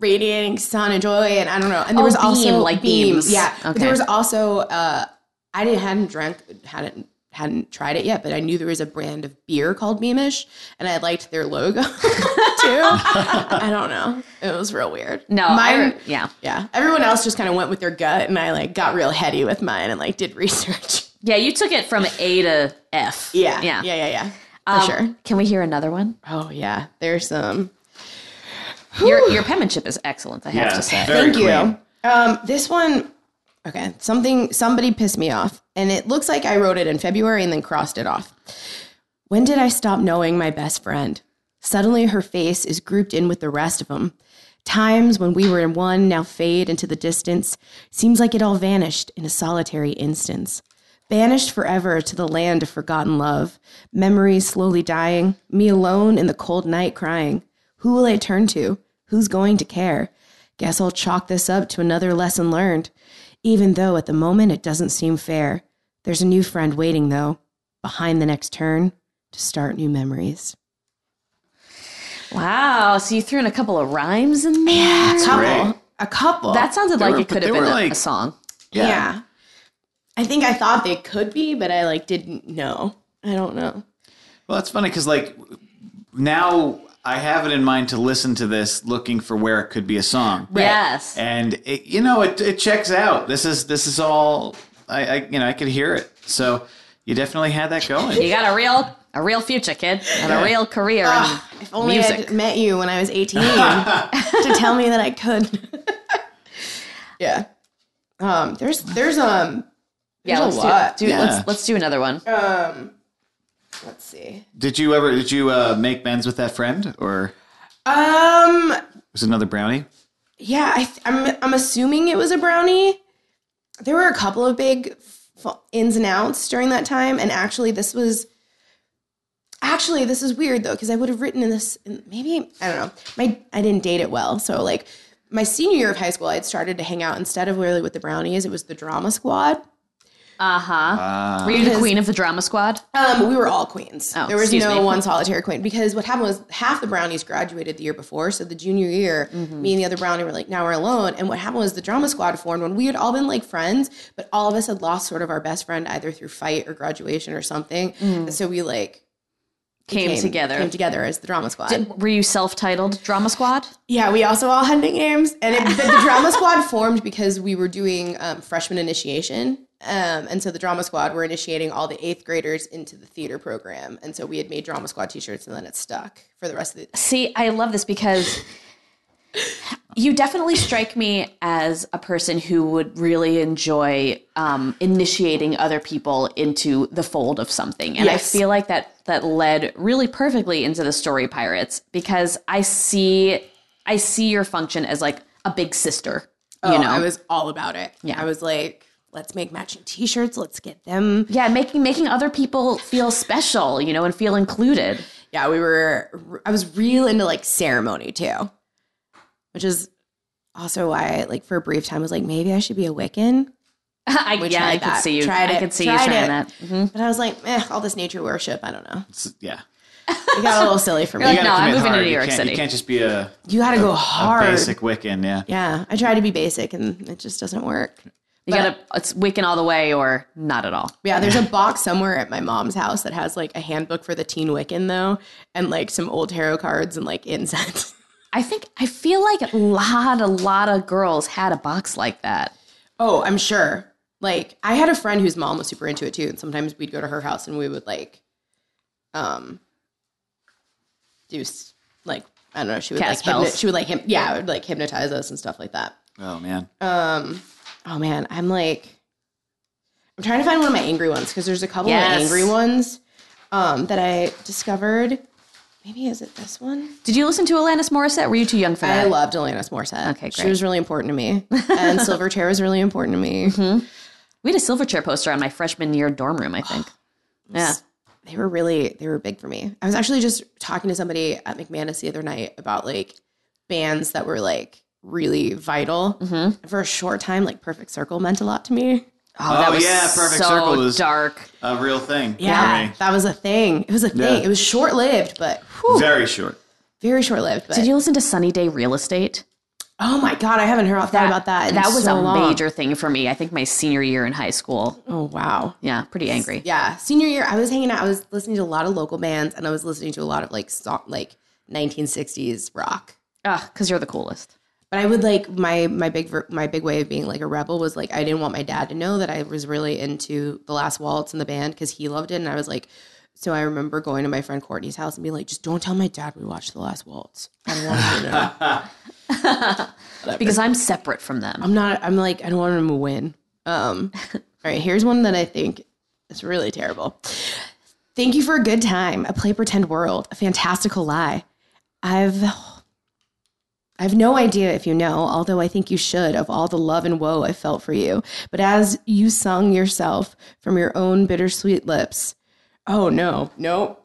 Speaker 3: radiating sun and joy, and I don't know. And there
Speaker 5: Oh,
Speaker 3: was
Speaker 5: beam,
Speaker 3: also
Speaker 5: like beams.
Speaker 3: Yeah, but
Speaker 5: Okay.
Speaker 3: there was also. Uh, I didn't hadn't drank hadn't hadn't tried it yet, but I knew there was a brand of beer called Beamish, and I liked their logo too. I don't know. It was real weird.
Speaker 5: No, I
Speaker 3: mine.
Speaker 5: re- yeah,
Speaker 3: yeah, everyone else just kind of went with their gut, and I like got real heady with mine and like did research.
Speaker 5: yeah. You took it from A to F.
Speaker 3: Yeah,
Speaker 5: yeah.
Speaker 3: yeah, yeah, yeah. For
Speaker 5: Um,
Speaker 3: sure.
Speaker 5: Can we hear another one?
Speaker 3: Oh yeah, there's some.
Speaker 5: Your your penmanship is excellent. I have
Speaker 2: Yeah,
Speaker 5: to say.
Speaker 2: very
Speaker 3: Thank
Speaker 2: clean.
Speaker 3: you. Um, this one, okay, something somebody pissed me off, and it looks like I wrote it in February and then crossed it off. When did I stop knowing my best friend? Suddenly, her face is grouped in with the rest of them. Times when we were in one now fade into the distance. Seems like it all vanished in a solitary instance. Banished forever to the land of forgotten love, memories slowly dying, me alone in the cold night crying. Who will I turn to? Who's going to care? Guess I'll chalk this up to another lesson learned, even though at the moment it doesn't seem fair. There's a new friend waiting, though, behind the next turn to start new memories.
Speaker 5: Wow. So you threw in a couple of rhymes in there.
Speaker 3: A couple.
Speaker 2: great.
Speaker 3: A couple.
Speaker 5: That sounded
Speaker 2: They
Speaker 5: like
Speaker 2: were-
Speaker 5: it could have
Speaker 2: they
Speaker 5: been
Speaker 2: were
Speaker 5: a-
Speaker 2: like-
Speaker 5: a song.
Speaker 3: yeah. I think I thought they could be, but I like didn't know. I don't know.
Speaker 2: Well, that's funny because like now I have it in mind to listen to this, looking for where it could be a song.
Speaker 5: Yes.
Speaker 2: and it, you know it, it checks out this is this is all I, I you know i could hear it so you definitely had that
Speaker 5: You
Speaker 2: going
Speaker 5: got a real a real future, kid, and a real career. And
Speaker 3: If only
Speaker 5: Music.
Speaker 3: I'd met you when I was 18 to tell me that I could. yeah. Um, there's there's um
Speaker 5: yeah, let's
Speaker 3: There's a lot.
Speaker 5: do, do
Speaker 2: Yeah.
Speaker 5: let's let's do another one.
Speaker 3: um let's see.
Speaker 2: did you ever did you uh, make amends with that friend or
Speaker 3: Um
Speaker 2: was it another brownie
Speaker 3: Yeah, I th- I'm I'm assuming it was a brownie. There were a couple of big f- ins and outs during that time, and actually, this was actually this is weird though because I would have written in this in maybe I don't know my I didn't date it well, so like my senior year of high school, I had started to hang out instead of really with the brownies, it was the drama squad.
Speaker 5: Uh huh.
Speaker 2: uh,
Speaker 5: Were you the queen of the drama squad?
Speaker 3: Um, we were all queens.
Speaker 5: Oh,
Speaker 3: there was
Speaker 5: excuse
Speaker 3: no
Speaker 5: me.
Speaker 3: one solitary queen because what happened was half the brownies graduated the year before. So the junior year, me and the other brownie were like, now we're alone. And what happened was the drama squad formed when we had all been like friends, but all of us had lost sort of our best friend either through fight or graduation or something. So we like
Speaker 1: came,
Speaker 3: came
Speaker 1: together.
Speaker 3: Came together as the drama squad.
Speaker 1: Did- were you self-titled drama squad?
Speaker 3: Yeah, we also all had nicknames, and it, the, the drama squad formed because we were doing um, freshman initiation, um, and so the drama squad were initiating all the eighth graders into the theater program, and so we had made drama squad T-shirts, and then it stuck for the rest of the.
Speaker 1: See, I love this because you definitely strike me as a person who would really enjoy um, initiating other people into the fold of something, and
Speaker 3: Yes.
Speaker 1: I feel like that that led really perfectly into the story pirates because I see I see your function as like a big sister. You
Speaker 3: Oh,
Speaker 1: know,
Speaker 3: I was all about it. Yeah, I was like, let's make matching T-shirts. Let's get them.
Speaker 1: yeah, making making other people feel special, you know, and feel included.
Speaker 3: Yeah, we were. I was real into like ceremony too, which is also why, like, for a brief time, I was like, maybe I should be a Wiccan.
Speaker 1: I,
Speaker 3: We
Speaker 1: yeah, I
Speaker 3: tried
Speaker 1: could
Speaker 3: that.
Speaker 1: see you.
Speaker 3: Tried
Speaker 1: I
Speaker 3: it.
Speaker 1: could see you
Speaker 3: Tried
Speaker 1: trying
Speaker 3: it.
Speaker 1: that. Mhm.
Speaker 3: But I was like, eh, all this nature worship. I don't know.
Speaker 2: It's- yeah.
Speaker 3: It got a little silly for me.
Speaker 1: Like,
Speaker 2: You gotta
Speaker 1: no, I'm
Speaker 2: commit
Speaker 1: moving to
Speaker 2: hard.
Speaker 1: New
Speaker 2: You
Speaker 1: York
Speaker 2: can't-
Speaker 1: City.
Speaker 2: You can't just be a,
Speaker 3: You got to go
Speaker 2: a
Speaker 3: hard.
Speaker 2: basic Wiccan. Yeah.
Speaker 3: Yeah, I try to be basic and it just doesn't work.
Speaker 1: You gotta, it's Wiccan all the way or not at all.
Speaker 3: Yeah, there's a box somewhere at my mom's house that has like a handbook for the teen Wiccan though, and like some old tarot cards and like incense.
Speaker 1: I think I feel like a lot, a lot of girls had a box like that.
Speaker 3: Oh, I'm sure. Like I had a friend whose mom was super into it too, and sometimes we'd go to her house and we would like, um, do s- like I don't know. She would
Speaker 1: Cat
Speaker 3: like
Speaker 1: spells.
Speaker 3: hypno- she would like him yeah would like hypnotize us and stuff like that.
Speaker 2: Oh man.
Speaker 3: Um, oh man, I'm like, I'm trying to find one of my angry ones because there's a couple
Speaker 1: Yes.
Speaker 3: of angry ones um, that I discovered. Maybe is it this one?
Speaker 1: Did you listen to Alanis Morissette? Were you too young for
Speaker 3: I
Speaker 1: that?
Speaker 3: loved Alanis Morissette.
Speaker 1: Okay,
Speaker 3: she
Speaker 1: great.
Speaker 3: was really important to me, and Silverchair was really important to me.
Speaker 1: Mm-hmm. we had a Silverchair poster on my freshman year dorm room. I think. yeah,
Speaker 3: They were really they were big for me. I was actually just talking to somebody at McManus the other night about like bands that were like really vital
Speaker 1: Mm-hmm.
Speaker 3: And for a short time. Like Perfect Circle meant a lot to me.
Speaker 2: Oh, yeah. Perfect
Speaker 1: so
Speaker 2: circle is
Speaker 1: dark.
Speaker 2: a real thing.
Speaker 3: Yeah,
Speaker 2: For
Speaker 3: that was a thing. It was a thing.
Speaker 2: Yeah.
Speaker 3: It was short lived, but whew,
Speaker 2: me. Very short.
Speaker 3: very short lived. But
Speaker 1: Did you listen to Sunny Day Real Estate?
Speaker 3: oh my god, I haven't heard thought about that. in
Speaker 1: That was
Speaker 3: so
Speaker 1: a
Speaker 3: long.
Speaker 1: major thing for me. I think my senior year in high school.
Speaker 3: Oh wow.
Speaker 1: Yeah, pretty angry.
Speaker 3: Yeah, senior year, I was hanging out. I was listening to a lot of local bands, and I was listening to a lot of like song, like 1960s rock.
Speaker 1: Ugh, because you're the coolest.
Speaker 3: But I would like my my big ver- my big way of being like a rebel was like I didn't want my dad to know that I was really into the Last Waltz and the band because he loved it, and I was like. So I remember going to my friend Courtney's house and being like, "Just don't tell my dad we watched The Last Waltz. I don't want him to know."
Speaker 1: Because I'm separate from them.
Speaker 3: I'm not. I'm like I don't want him to win. Um, all right, here's one that I think is really terrible. Thank you for a good time. A play pretend world. A fantastical lie. I've. I've no idea if you know, although I think you should, of all the love and woe I felt for you. But as you sung yourself from your own bittersweet lips, oh no, no,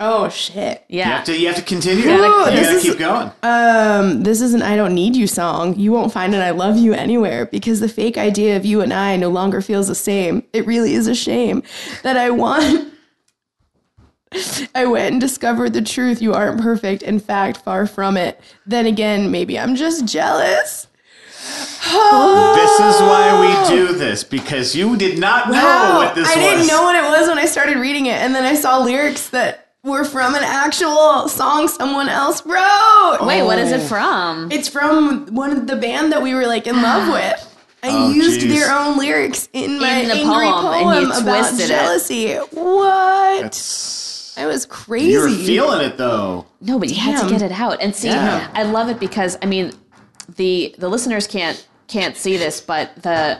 Speaker 3: oh shit.
Speaker 2: You
Speaker 1: yeah,
Speaker 2: have to. You have to continue. You
Speaker 3: Ooh,
Speaker 2: gotta,
Speaker 3: this is-
Speaker 2: keep going.
Speaker 3: Um, this is an I don't need you song. You won't find an I love you anywhere because the fake idea of you and I no longer feels the same. It really is a shame that I want. I went and discovered the truth. You aren't perfect. In fact, far from it. Then again, maybe I'm just jealous.
Speaker 2: this is why we do this because you did not know what this
Speaker 3: I
Speaker 2: was.
Speaker 3: didn't know what it was when I started reading it, and then I saw lyrics that were from an actual song someone else wrote.
Speaker 1: Wait, what
Speaker 2: Oh.
Speaker 1: is it from?
Speaker 3: It's from one of the band that we were like in love with. I
Speaker 2: Oh,
Speaker 3: used
Speaker 2: geez.
Speaker 3: their own lyrics in my
Speaker 1: the
Speaker 3: angry
Speaker 1: poem,
Speaker 3: poem,
Speaker 1: and you
Speaker 3: about
Speaker 1: twisted it.
Speaker 3: jealousy. What?
Speaker 2: That's-
Speaker 3: I was crazy.
Speaker 2: You were feeling it though.
Speaker 1: No, but you had to
Speaker 3: Damn.
Speaker 1: get it out. And see,
Speaker 2: Yeah.
Speaker 1: I love it because I mean, the the listeners can't can't see this, but the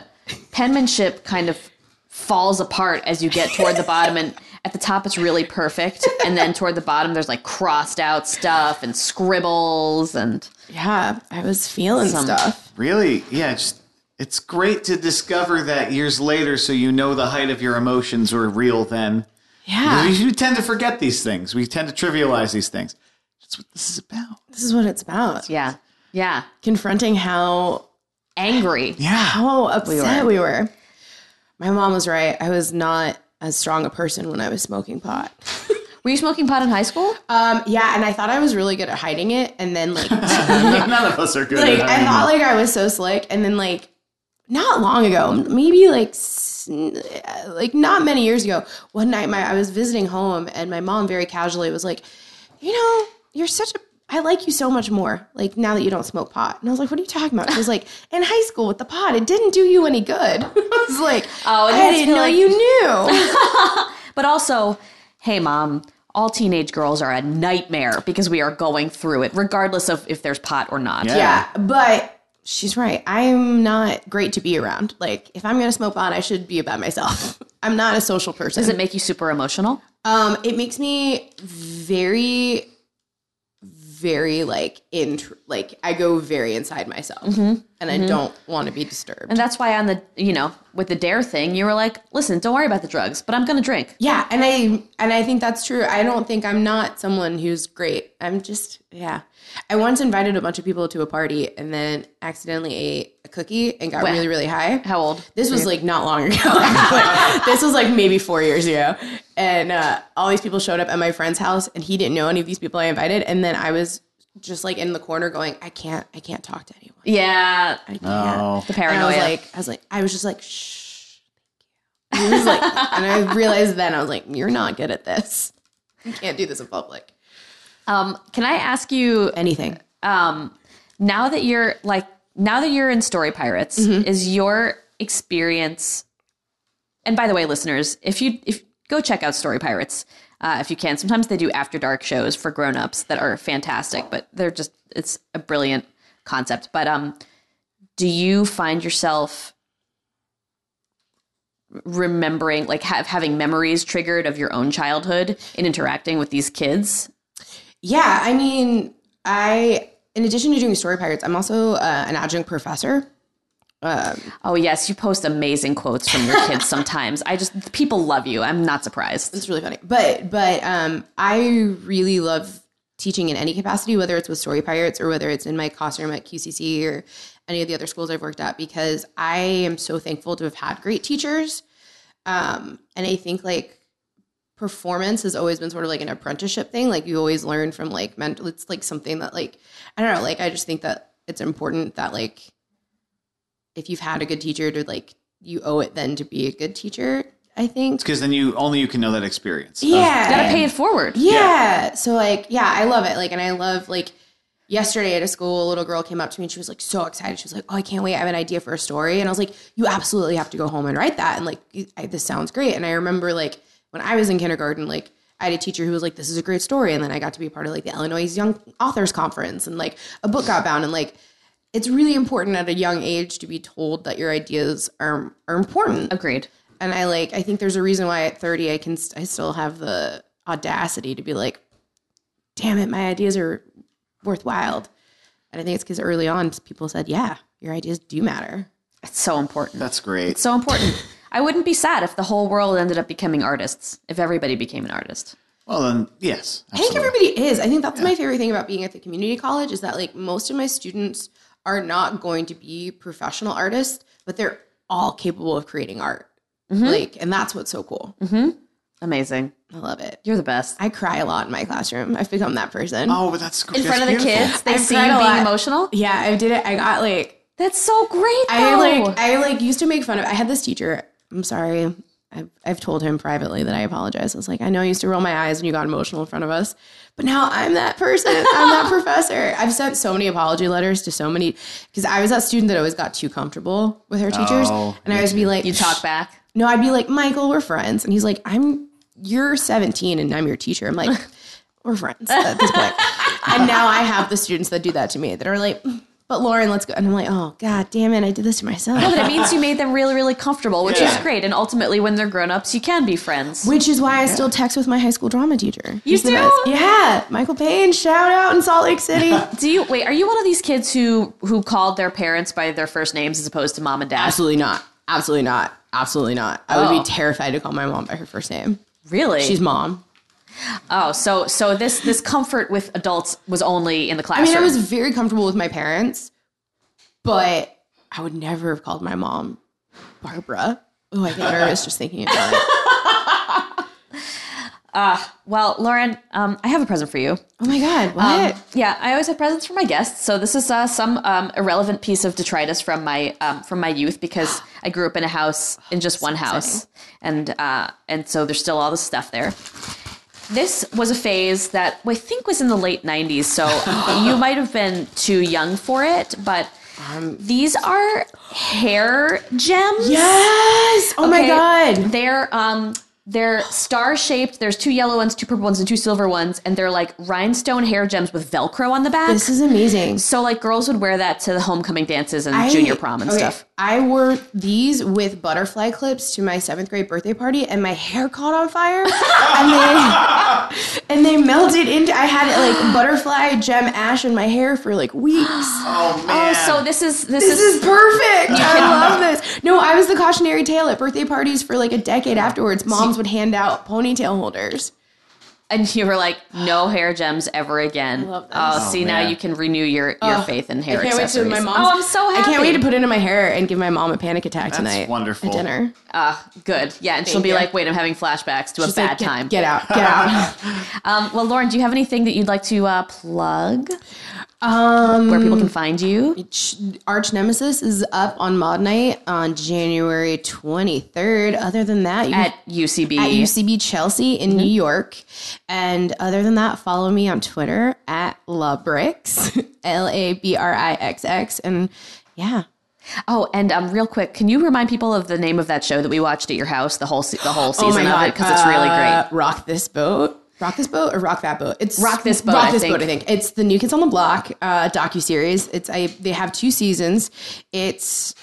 Speaker 1: penmanship kind of falls apart as you get toward the bottom and at the top it's really perfect and then toward the bottom there's like crossed out stuff and scribbles and
Speaker 3: yeah, I was feeling stuff.
Speaker 2: Really? Yeah. Just it's great to discover that years later, so you know the height of your emotions were real then.
Speaker 3: Yeah,
Speaker 2: We, we tend to forget these things. We tend to trivialize these things. That's what this is about.
Speaker 3: this is what it's about.
Speaker 1: yeah. Yeah.
Speaker 3: Confronting how
Speaker 1: Angry.
Speaker 2: Yeah.
Speaker 3: how upset we were. My mom was right. I was not as strong a person when I was smoking pot.
Speaker 1: Were you smoking pot in high school?
Speaker 2: Uh,
Speaker 3: Um, yeah, and I thought I was really good at hiding it, and then like
Speaker 2: None of us are good.
Speaker 3: like
Speaker 2: at
Speaker 3: I
Speaker 2: hiding
Speaker 3: thought like I was so slick, and then like not long ago, maybe like s- like not many years ago. One night, my I was visiting home, and my mom very casually was like, "You know, you're such a I like you so much more. Like now that you don't smoke pot." And I was like, "What are you talking about?" She was like, "In high school with the pot, it didn't do you any good." I was like,
Speaker 1: Oh, it
Speaker 3: I
Speaker 1: has to
Speaker 3: didn't
Speaker 1: be
Speaker 3: know
Speaker 1: like-
Speaker 3: you knew."
Speaker 1: But also, hey, mom, all teenage girls are a nightmare because we are going through it, regardless of if there's pot or not.
Speaker 2: Yeah.
Speaker 3: Yeah, but she's right. I'm not great to be around. Like, if I'm gonna smoke on, I should be by myself. I'm not a social person.
Speaker 1: Does it make you super emotional?
Speaker 3: um, it makes me very, very like in like I go very inside myself, and I don't want to be disturbed.
Speaker 1: And that's why on the you know with the dare thing, you were like, listen, don't worry about the drugs, but I'm gonna drink.
Speaker 3: yeah, and I and I think that's true. I don't think I'm not someone who's great. I'm just yeah. I once invited a bunch of people to a party and then accidentally ate a cookie and got
Speaker 1: Wow.
Speaker 3: really really high.
Speaker 1: How old?
Speaker 3: This was like not long ago. actually. this was like maybe four years ago. And uh, all these people showed up at my friend's house, and he didn't know any of these people I invited. And then I was just like in the corner going, I can't, I can't talk to anyone.
Speaker 1: Yeah,
Speaker 2: Oh.
Speaker 1: the
Speaker 3: And
Speaker 1: paranoia.
Speaker 3: I was like, I was like, I was just like, shh. He was like, and I realized then I was like, you're not good at this. You can't do this in public.
Speaker 1: um, can I ask you
Speaker 3: Anything.
Speaker 1: um, now that you're like now that you're in story pirates is your experience and by the way listeners if you if go check out story pirates uh, if you can sometimes they do after dark shows for grown-ups that are fantastic but they're just it's a brilliant concept but um do you find yourself remembering like have, having memories triggered of your own childhood in interacting with these kids
Speaker 3: Yeah, I mean, I in addition to doing story pirates, I'm also uh, an adjunct professor.
Speaker 1: Oh yes, you post amazing quotes from your kids sometimes. I just people love you. I'm not surprised.
Speaker 3: It's really funny. But but um I really love teaching in any capacity, whether it's with Story Pirates or whether it's in my classroom at QCC or any of the other schools I've worked at, because I am so thankful to have had great teachers. Um, and I think like performance has always been sort of like an apprenticeship thing. Like you always learn from like mental. It's like something that like I don't know. Like I just think that it's important that like if you've had a good teacher to like you owe it then to be a good teacher. I think
Speaker 2: Because then you only you can know that experience. of-
Speaker 3: yeah,
Speaker 1: Gotta pay it forward.
Speaker 2: Yeah.
Speaker 3: yeah. So like, yeah, I love it. Like, and I love like yesterday at a school, a little girl came up to me and she was like so excited. She was like, "Oh, I can't wait! I have an idea for a story." And I was like, "You absolutely have to go home and write that." And like, you- I, this sounds great. And I remember like when I was in kindergarten, like. I had a teacher who was like, "This is a great story," and then I got to be a part of like the Illinois Young Authors Conference, and like a book got bound, and like it's really important at a young age to be told that your ideas are are important
Speaker 1: Agreed.
Speaker 3: and I like I think there's a reason why at 30 I can st- I still have the audacity to be like, damn it, my ideas are worthwhile. And I think it's because early on people said, yeah, your ideas do matter.
Speaker 1: It's so important.
Speaker 2: That's great.
Speaker 1: so important. I wouldn't be sad if the whole world ended up becoming artists. If everybody became an artist.
Speaker 2: well, then, yes.
Speaker 3: I think
Speaker 2: absolutely.
Speaker 3: everybody is. I think that's my favorite thing about being at the community college is that like most of my students are not going to be professional artists, but they're all capable of creating art. Like, and that's what's so cool.
Speaker 1: Amazing.
Speaker 3: I love it.
Speaker 1: You're the best.
Speaker 3: I cry a lot in my classroom. I've become that person.
Speaker 2: Oh, but that's
Speaker 1: In front of the kids, they
Speaker 3: I've
Speaker 1: see you
Speaker 3: cried a
Speaker 1: being
Speaker 3: lot.
Speaker 1: emotional.
Speaker 3: Yeah, I did it. I got like
Speaker 1: That's so great.
Speaker 3: I
Speaker 1: though.
Speaker 3: like I like used to make fun of. I had this teacher. I'm sorry. I've, I've told him privately that I apologize. I was like, I know I used to roll my eyes when you got emotional in front of us, but now I'm that person. I'm that professor. I've sent so many apology letters to so many because I was that student that always got too comfortable with her teachers,
Speaker 2: Oh,
Speaker 3: and I always be like,
Speaker 1: you talk back.
Speaker 3: No, I'd be like, Michael, we're friends, and he's like, I'm you're 17 and I'm your teacher. I'm like, we're friends at this point. and now I have the students that do that to me that are like, but Lauren, let's go. And I'm like, oh god damn it, I did this to myself.
Speaker 1: But it means you made them really, really comfortable, which
Speaker 2: Yeah.
Speaker 1: is great. And ultimately, when they're grown ups, you can be friends.
Speaker 3: Which is why I still text with my high school drama teacher. You
Speaker 1: do?
Speaker 3: Yeah. Michael Payne, shout out in Salt Lake City.
Speaker 1: Do you wait? Are you one of these kids who who called their parents by their first names as opposed to mom and dad?
Speaker 3: Absolutely not. Absolutely not. Absolutely not. I would
Speaker 1: Oh.
Speaker 3: be terrified to call my mom by her first name.
Speaker 1: Really?
Speaker 3: She's mom.
Speaker 1: oh, so so this this comfort with adults was only in the
Speaker 3: I
Speaker 1: classroom.
Speaker 3: mean, I was very comfortable with my parents, but I would never have called my mom Barbara. Oh, I get nervous just thinking about it.
Speaker 1: Well, Lauren, um, I have a present for you.
Speaker 3: Oh my God. What?
Speaker 1: Um, yeah, I always have presents for my guests. So this is uh, some um, irrelevant piece of detritus from my um, from my youth because I grew up in a house in just one house, and uh, and so there's still all this stuff there. This was a phase that I think was in the late '90s, so you might have been too young for it. But these are hair gems.
Speaker 3: yes. Oh my
Speaker 1: Okay,
Speaker 3: God.
Speaker 1: They're um they're star shaped. There's two yellow ones, two purple ones, and two silver ones, and they're like rhinestone hair gems with Velcro on the back.
Speaker 3: This is amazing.
Speaker 1: so like girls would wear that to the homecoming dances and
Speaker 3: I-
Speaker 1: junior prom and
Speaker 3: okay,
Speaker 1: stuff.
Speaker 3: I wore these with butterfly clips to my seventh grade birthday party, and my hair caught on fire, and they and they melted into. I had like butterfly gem ash in my hair for like weeks.
Speaker 2: Oh man.
Speaker 1: Oh, so this is this,
Speaker 3: This is perfect. I love this. No, I was the cautionary tale at birthday parties for like a decade afterwards. Moms would hand out ponytail holders.
Speaker 1: and you were like no hair gems ever again.
Speaker 3: love this. Oh,
Speaker 1: Oh, see now
Speaker 2: man.
Speaker 1: you can renew your your faith in hair
Speaker 3: I can't wait to
Speaker 1: accessories.
Speaker 3: my mom's.
Speaker 1: oh, I'm so happy.
Speaker 3: I can't wait to put it in my hair and give my mom a panic attack tonight.
Speaker 2: wonderful.
Speaker 3: At dinner.
Speaker 1: Ah, good. Yeah, and she'll be
Speaker 3: you.
Speaker 1: like, "Wait, I'm having flashbacks to
Speaker 3: She's
Speaker 1: a bad
Speaker 3: like, "Get-
Speaker 1: time."
Speaker 3: Get out. Get out.
Speaker 1: Um, well, Lauren, do you have anything that you'd like to uh, plug
Speaker 3: um.
Speaker 1: where people can find you?
Speaker 3: Ch- Arch Nemesis is up on Mod Night on January 23rd. Other than that, you
Speaker 1: at UCB.
Speaker 3: at UCB Chelsea in New York. And other than that, follow me on Twitter at Labrix, L A B R I X X. And yeah,
Speaker 1: oh, and um, real quick, can you remind people of the name of that show that we watched at your house? The whole se- the whole season of it because it's really
Speaker 3: Oh Uh,
Speaker 1: great.
Speaker 3: rock this boat. Rock this boat or rock that boat? It's
Speaker 1: Rock This Boat, I
Speaker 3: Rock this
Speaker 1: think.
Speaker 3: boat. I think it's the New Kids on the Block uh, docu series. It's I. They have two seasons. It's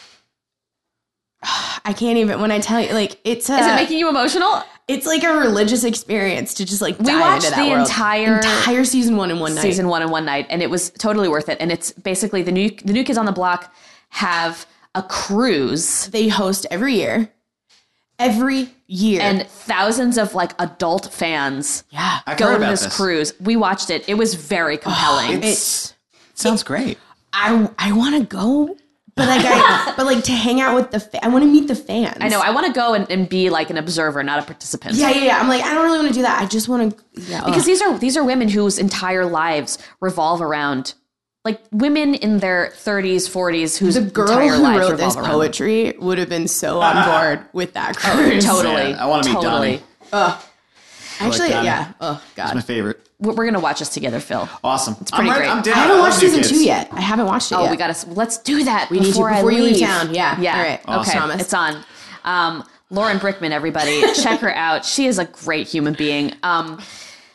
Speaker 3: I can't even when I tell you like it's a,
Speaker 1: Is it making you emotional?
Speaker 3: it's like a religious experience to just like we
Speaker 1: watched
Speaker 3: into that
Speaker 1: the
Speaker 3: world.
Speaker 1: entire-
Speaker 3: entire season one in one night.
Speaker 1: Season one and one night, and it was totally worth it. And it's basically the new the new kids on the block have a cruise
Speaker 3: they host every year. Every year.
Speaker 1: and thousands of like adult fans
Speaker 3: yeah.
Speaker 2: I've
Speaker 1: go
Speaker 2: heard
Speaker 1: on
Speaker 2: about
Speaker 1: this, cruise. We watched it. It was very compelling.
Speaker 2: It's, it sounds great.
Speaker 3: I I want to go, but like I but like to hang out with the fa- I want to meet the fans.
Speaker 1: I know. I want to go and, and be like an observer, not a participant.
Speaker 3: yeah, yeah, yeah. I'm like I don't really want to do that. I just want to yeah,
Speaker 1: because these are these are women whose entire lives revolve around like women in their 30s 40s whose
Speaker 3: the girl
Speaker 1: entire
Speaker 3: who
Speaker 1: lives
Speaker 3: wrote
Speaker 1: revolve
Speaker 3: this
Speaker 1: around
Speaker 3: poetry would have been so on board with that cruise.
Speaker 1: Oh, totally
Speaker 2: Man, I wanna meet
Speaker 1: totally
Speaker 2: Donnie.
Speaker 3: Actually,
Speaker 2: Like, um,
Speaker 3: yeah. Oh
Speaker 2: My
Speaker 3: god.
Speaker 2: favorite.
Speaker 1: we're, we're gonna watch this together phil
Speaker 2: Awesome. It's
Speaker 1: pretty
Speaker 2: I'm,
Speaker 1: great.
Speaker 2: I'm down.
Speaker 3: I haven't
Speaker 2: love
Speaker 3: watched
Speaker 2: New
Speaker 3: season
Speaker 2: Kids.
Speaker 3: 2 yet. I haven't watched it
Speaker 1: oh
Speaker 3: yet.
Speaker 1: we gotta let's do that we
Speaker 3: need to
Speaker 1: before, I
Speaker 3: before
Speaker 1: leave.
Speaker 3: you leave town. Yeah.
Speaker 1: yeah
Speaker 3: All right.
Speaker 1: okay
Speaker 2: Awesome.
Speaker 3: Promise.
Speaker 1: it's on um, lauren brickman everybody check her out she is a great human being um,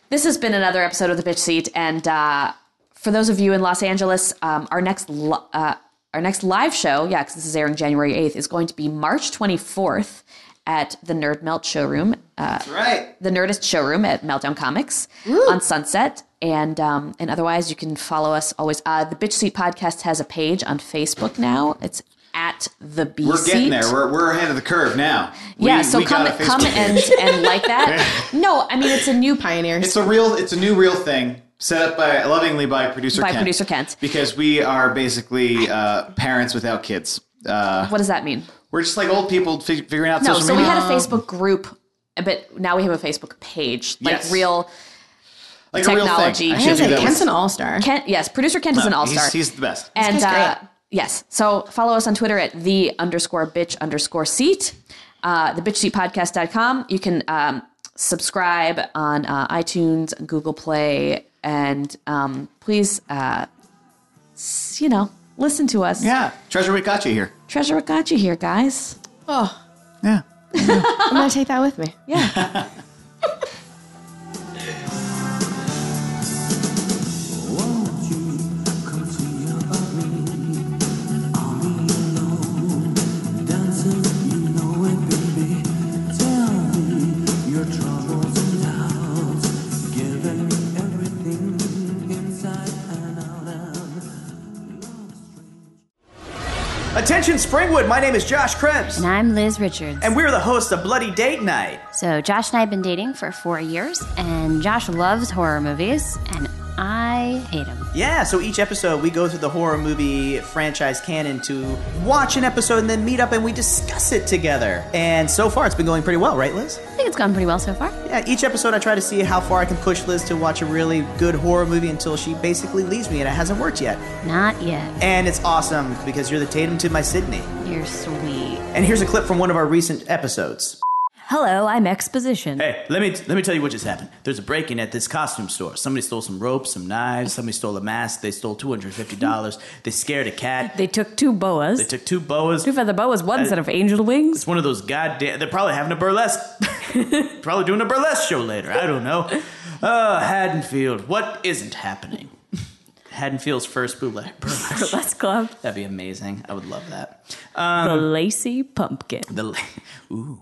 Speaker 1: this has been another episode of the bitch seat and uh, for those of you in los angeles um, our next li- uh, our next live show yeah because this is airing january 8th is going to be march 24th at the nerd melt showroom uh,
Speaker 2: Right.
Speaker 1: the Nerdist showroom at Meltdown Comics on Sunset. And um, and otherwise, you can follow us always. Uh, the Bitch Seat Podcast has a page on Facebook now. It's at the B
Speaker 2: We're
Speaker 1: Seat.
Speaker 2: getting there. We're, we're ahead of the curve now. We-
Speaker 1: yeah, so
Speaker 2: we
Speaker 1: come
Speaker 2: got a Facebook
Speaker 1: come
Speaker 2: page.
Speaker 1: and, and like that. No, I mean it's a new
Speaker 3: Pioneers.
Speaker 2: It's a real. It's a new real thing set up by lovingly by producer
Speaker 1: By
Speaker 2: Kent,
Speaker 1: producer Kent.
Speaker 2: because we are basically uh, parents without kids. Uh,
Speaker 1: What does that mean?
Speaker 2: we're just like old people fig- figuring out
Speaker 1: No,
Speaker 2: social
Speaker 1: so we
Speaker 2: media.
Speaker 1: had a Facebook group, but now we have a Facebook page, like
Speaker 2: Yes.
Speaker 1: real.
Speaker 2: like
Speaker 1: technology.
Speaker 2: A real thing. I
Speaker 3: I
Speaker 2: should
Speaker 3: was
Speaker 2: do
Speaker 3: like,
Speaker 2: that with-
Speaker 3: Kent's an all-star.
Speaker 1: Kent, yes, producer Kent is an all star.
Speaker 2: He's, he's the best.
Speaker 1: and
Speaker 3: This guy's
Speaker 1: uh, yes so follow us on twitter at the underscore bitch underscore seat uh, the bitch seat podcast.com you can um, subscribe on uh, itunes google play and um, please uh, s- you know listen to us
Speaker 2: yeah, Treasure, we got you here.
Speaker 1: treasure what got you here guys
Speaker 3: Oh,
Speaker 2: Yeah.
Speaker 3: I'm going to take that with me.
Speaker 6: Attention Springwood, my name is Josh Krebs,
Speaker 7: And I'm Liz Richards.
Speaker 6: and we're the hosts of Bloody Date Night.
Speaker 7: so, Josh and I have been dating for four years, and Josh loves horror movies, and I hate them.
Speaker 6: Yeah, so each episode we go through the horror movie franchise canon to watch an episode and then meet up and we discuss it together. And so far it's been going pretty well, right, Liz?
Speaker 7: I think it's gone pretty well so far.
Speaker 6: Yeah, each episode I try to see how far I can push Liz to watch a really good horror movie until she basically leaves me, and it hasn't worked yet.
Speaker 7: Not yet.
Speaker 6: And it's awesome because you're the Tatum to my Sydney.
Speaker 7: You're sweet.
Speaker 6: And here's a clip from one of our recent episodes.
Speaker 7: Hello, I'm Exposition.
Speaker 6: Hey, let me let me tell you what just happened. There's a break-in at this costume store. Somebody stole some ropes, some knives. Somebody stole a mask. They stole two hundred fifty dollars. They scared a cat.
Speaker 8: They took two boas.
Speaker 6: They took two boas.
Speaker 8: two feather boas, one set of angel wings.
Speaker 6: It's one of those goddamn. They're probably having a burlesque. probably doing a burlesque show later. I don't know. Uh, Haddonfield. What isn't happening? Haddonfield's first bootleg burlesque.
Speaker 8: Burlesque Club,
Speaker 6: That'd be amazing. I would love that.
Speaker 8: the Lacey Pumpkin.
Speaker 6: The la- ooh.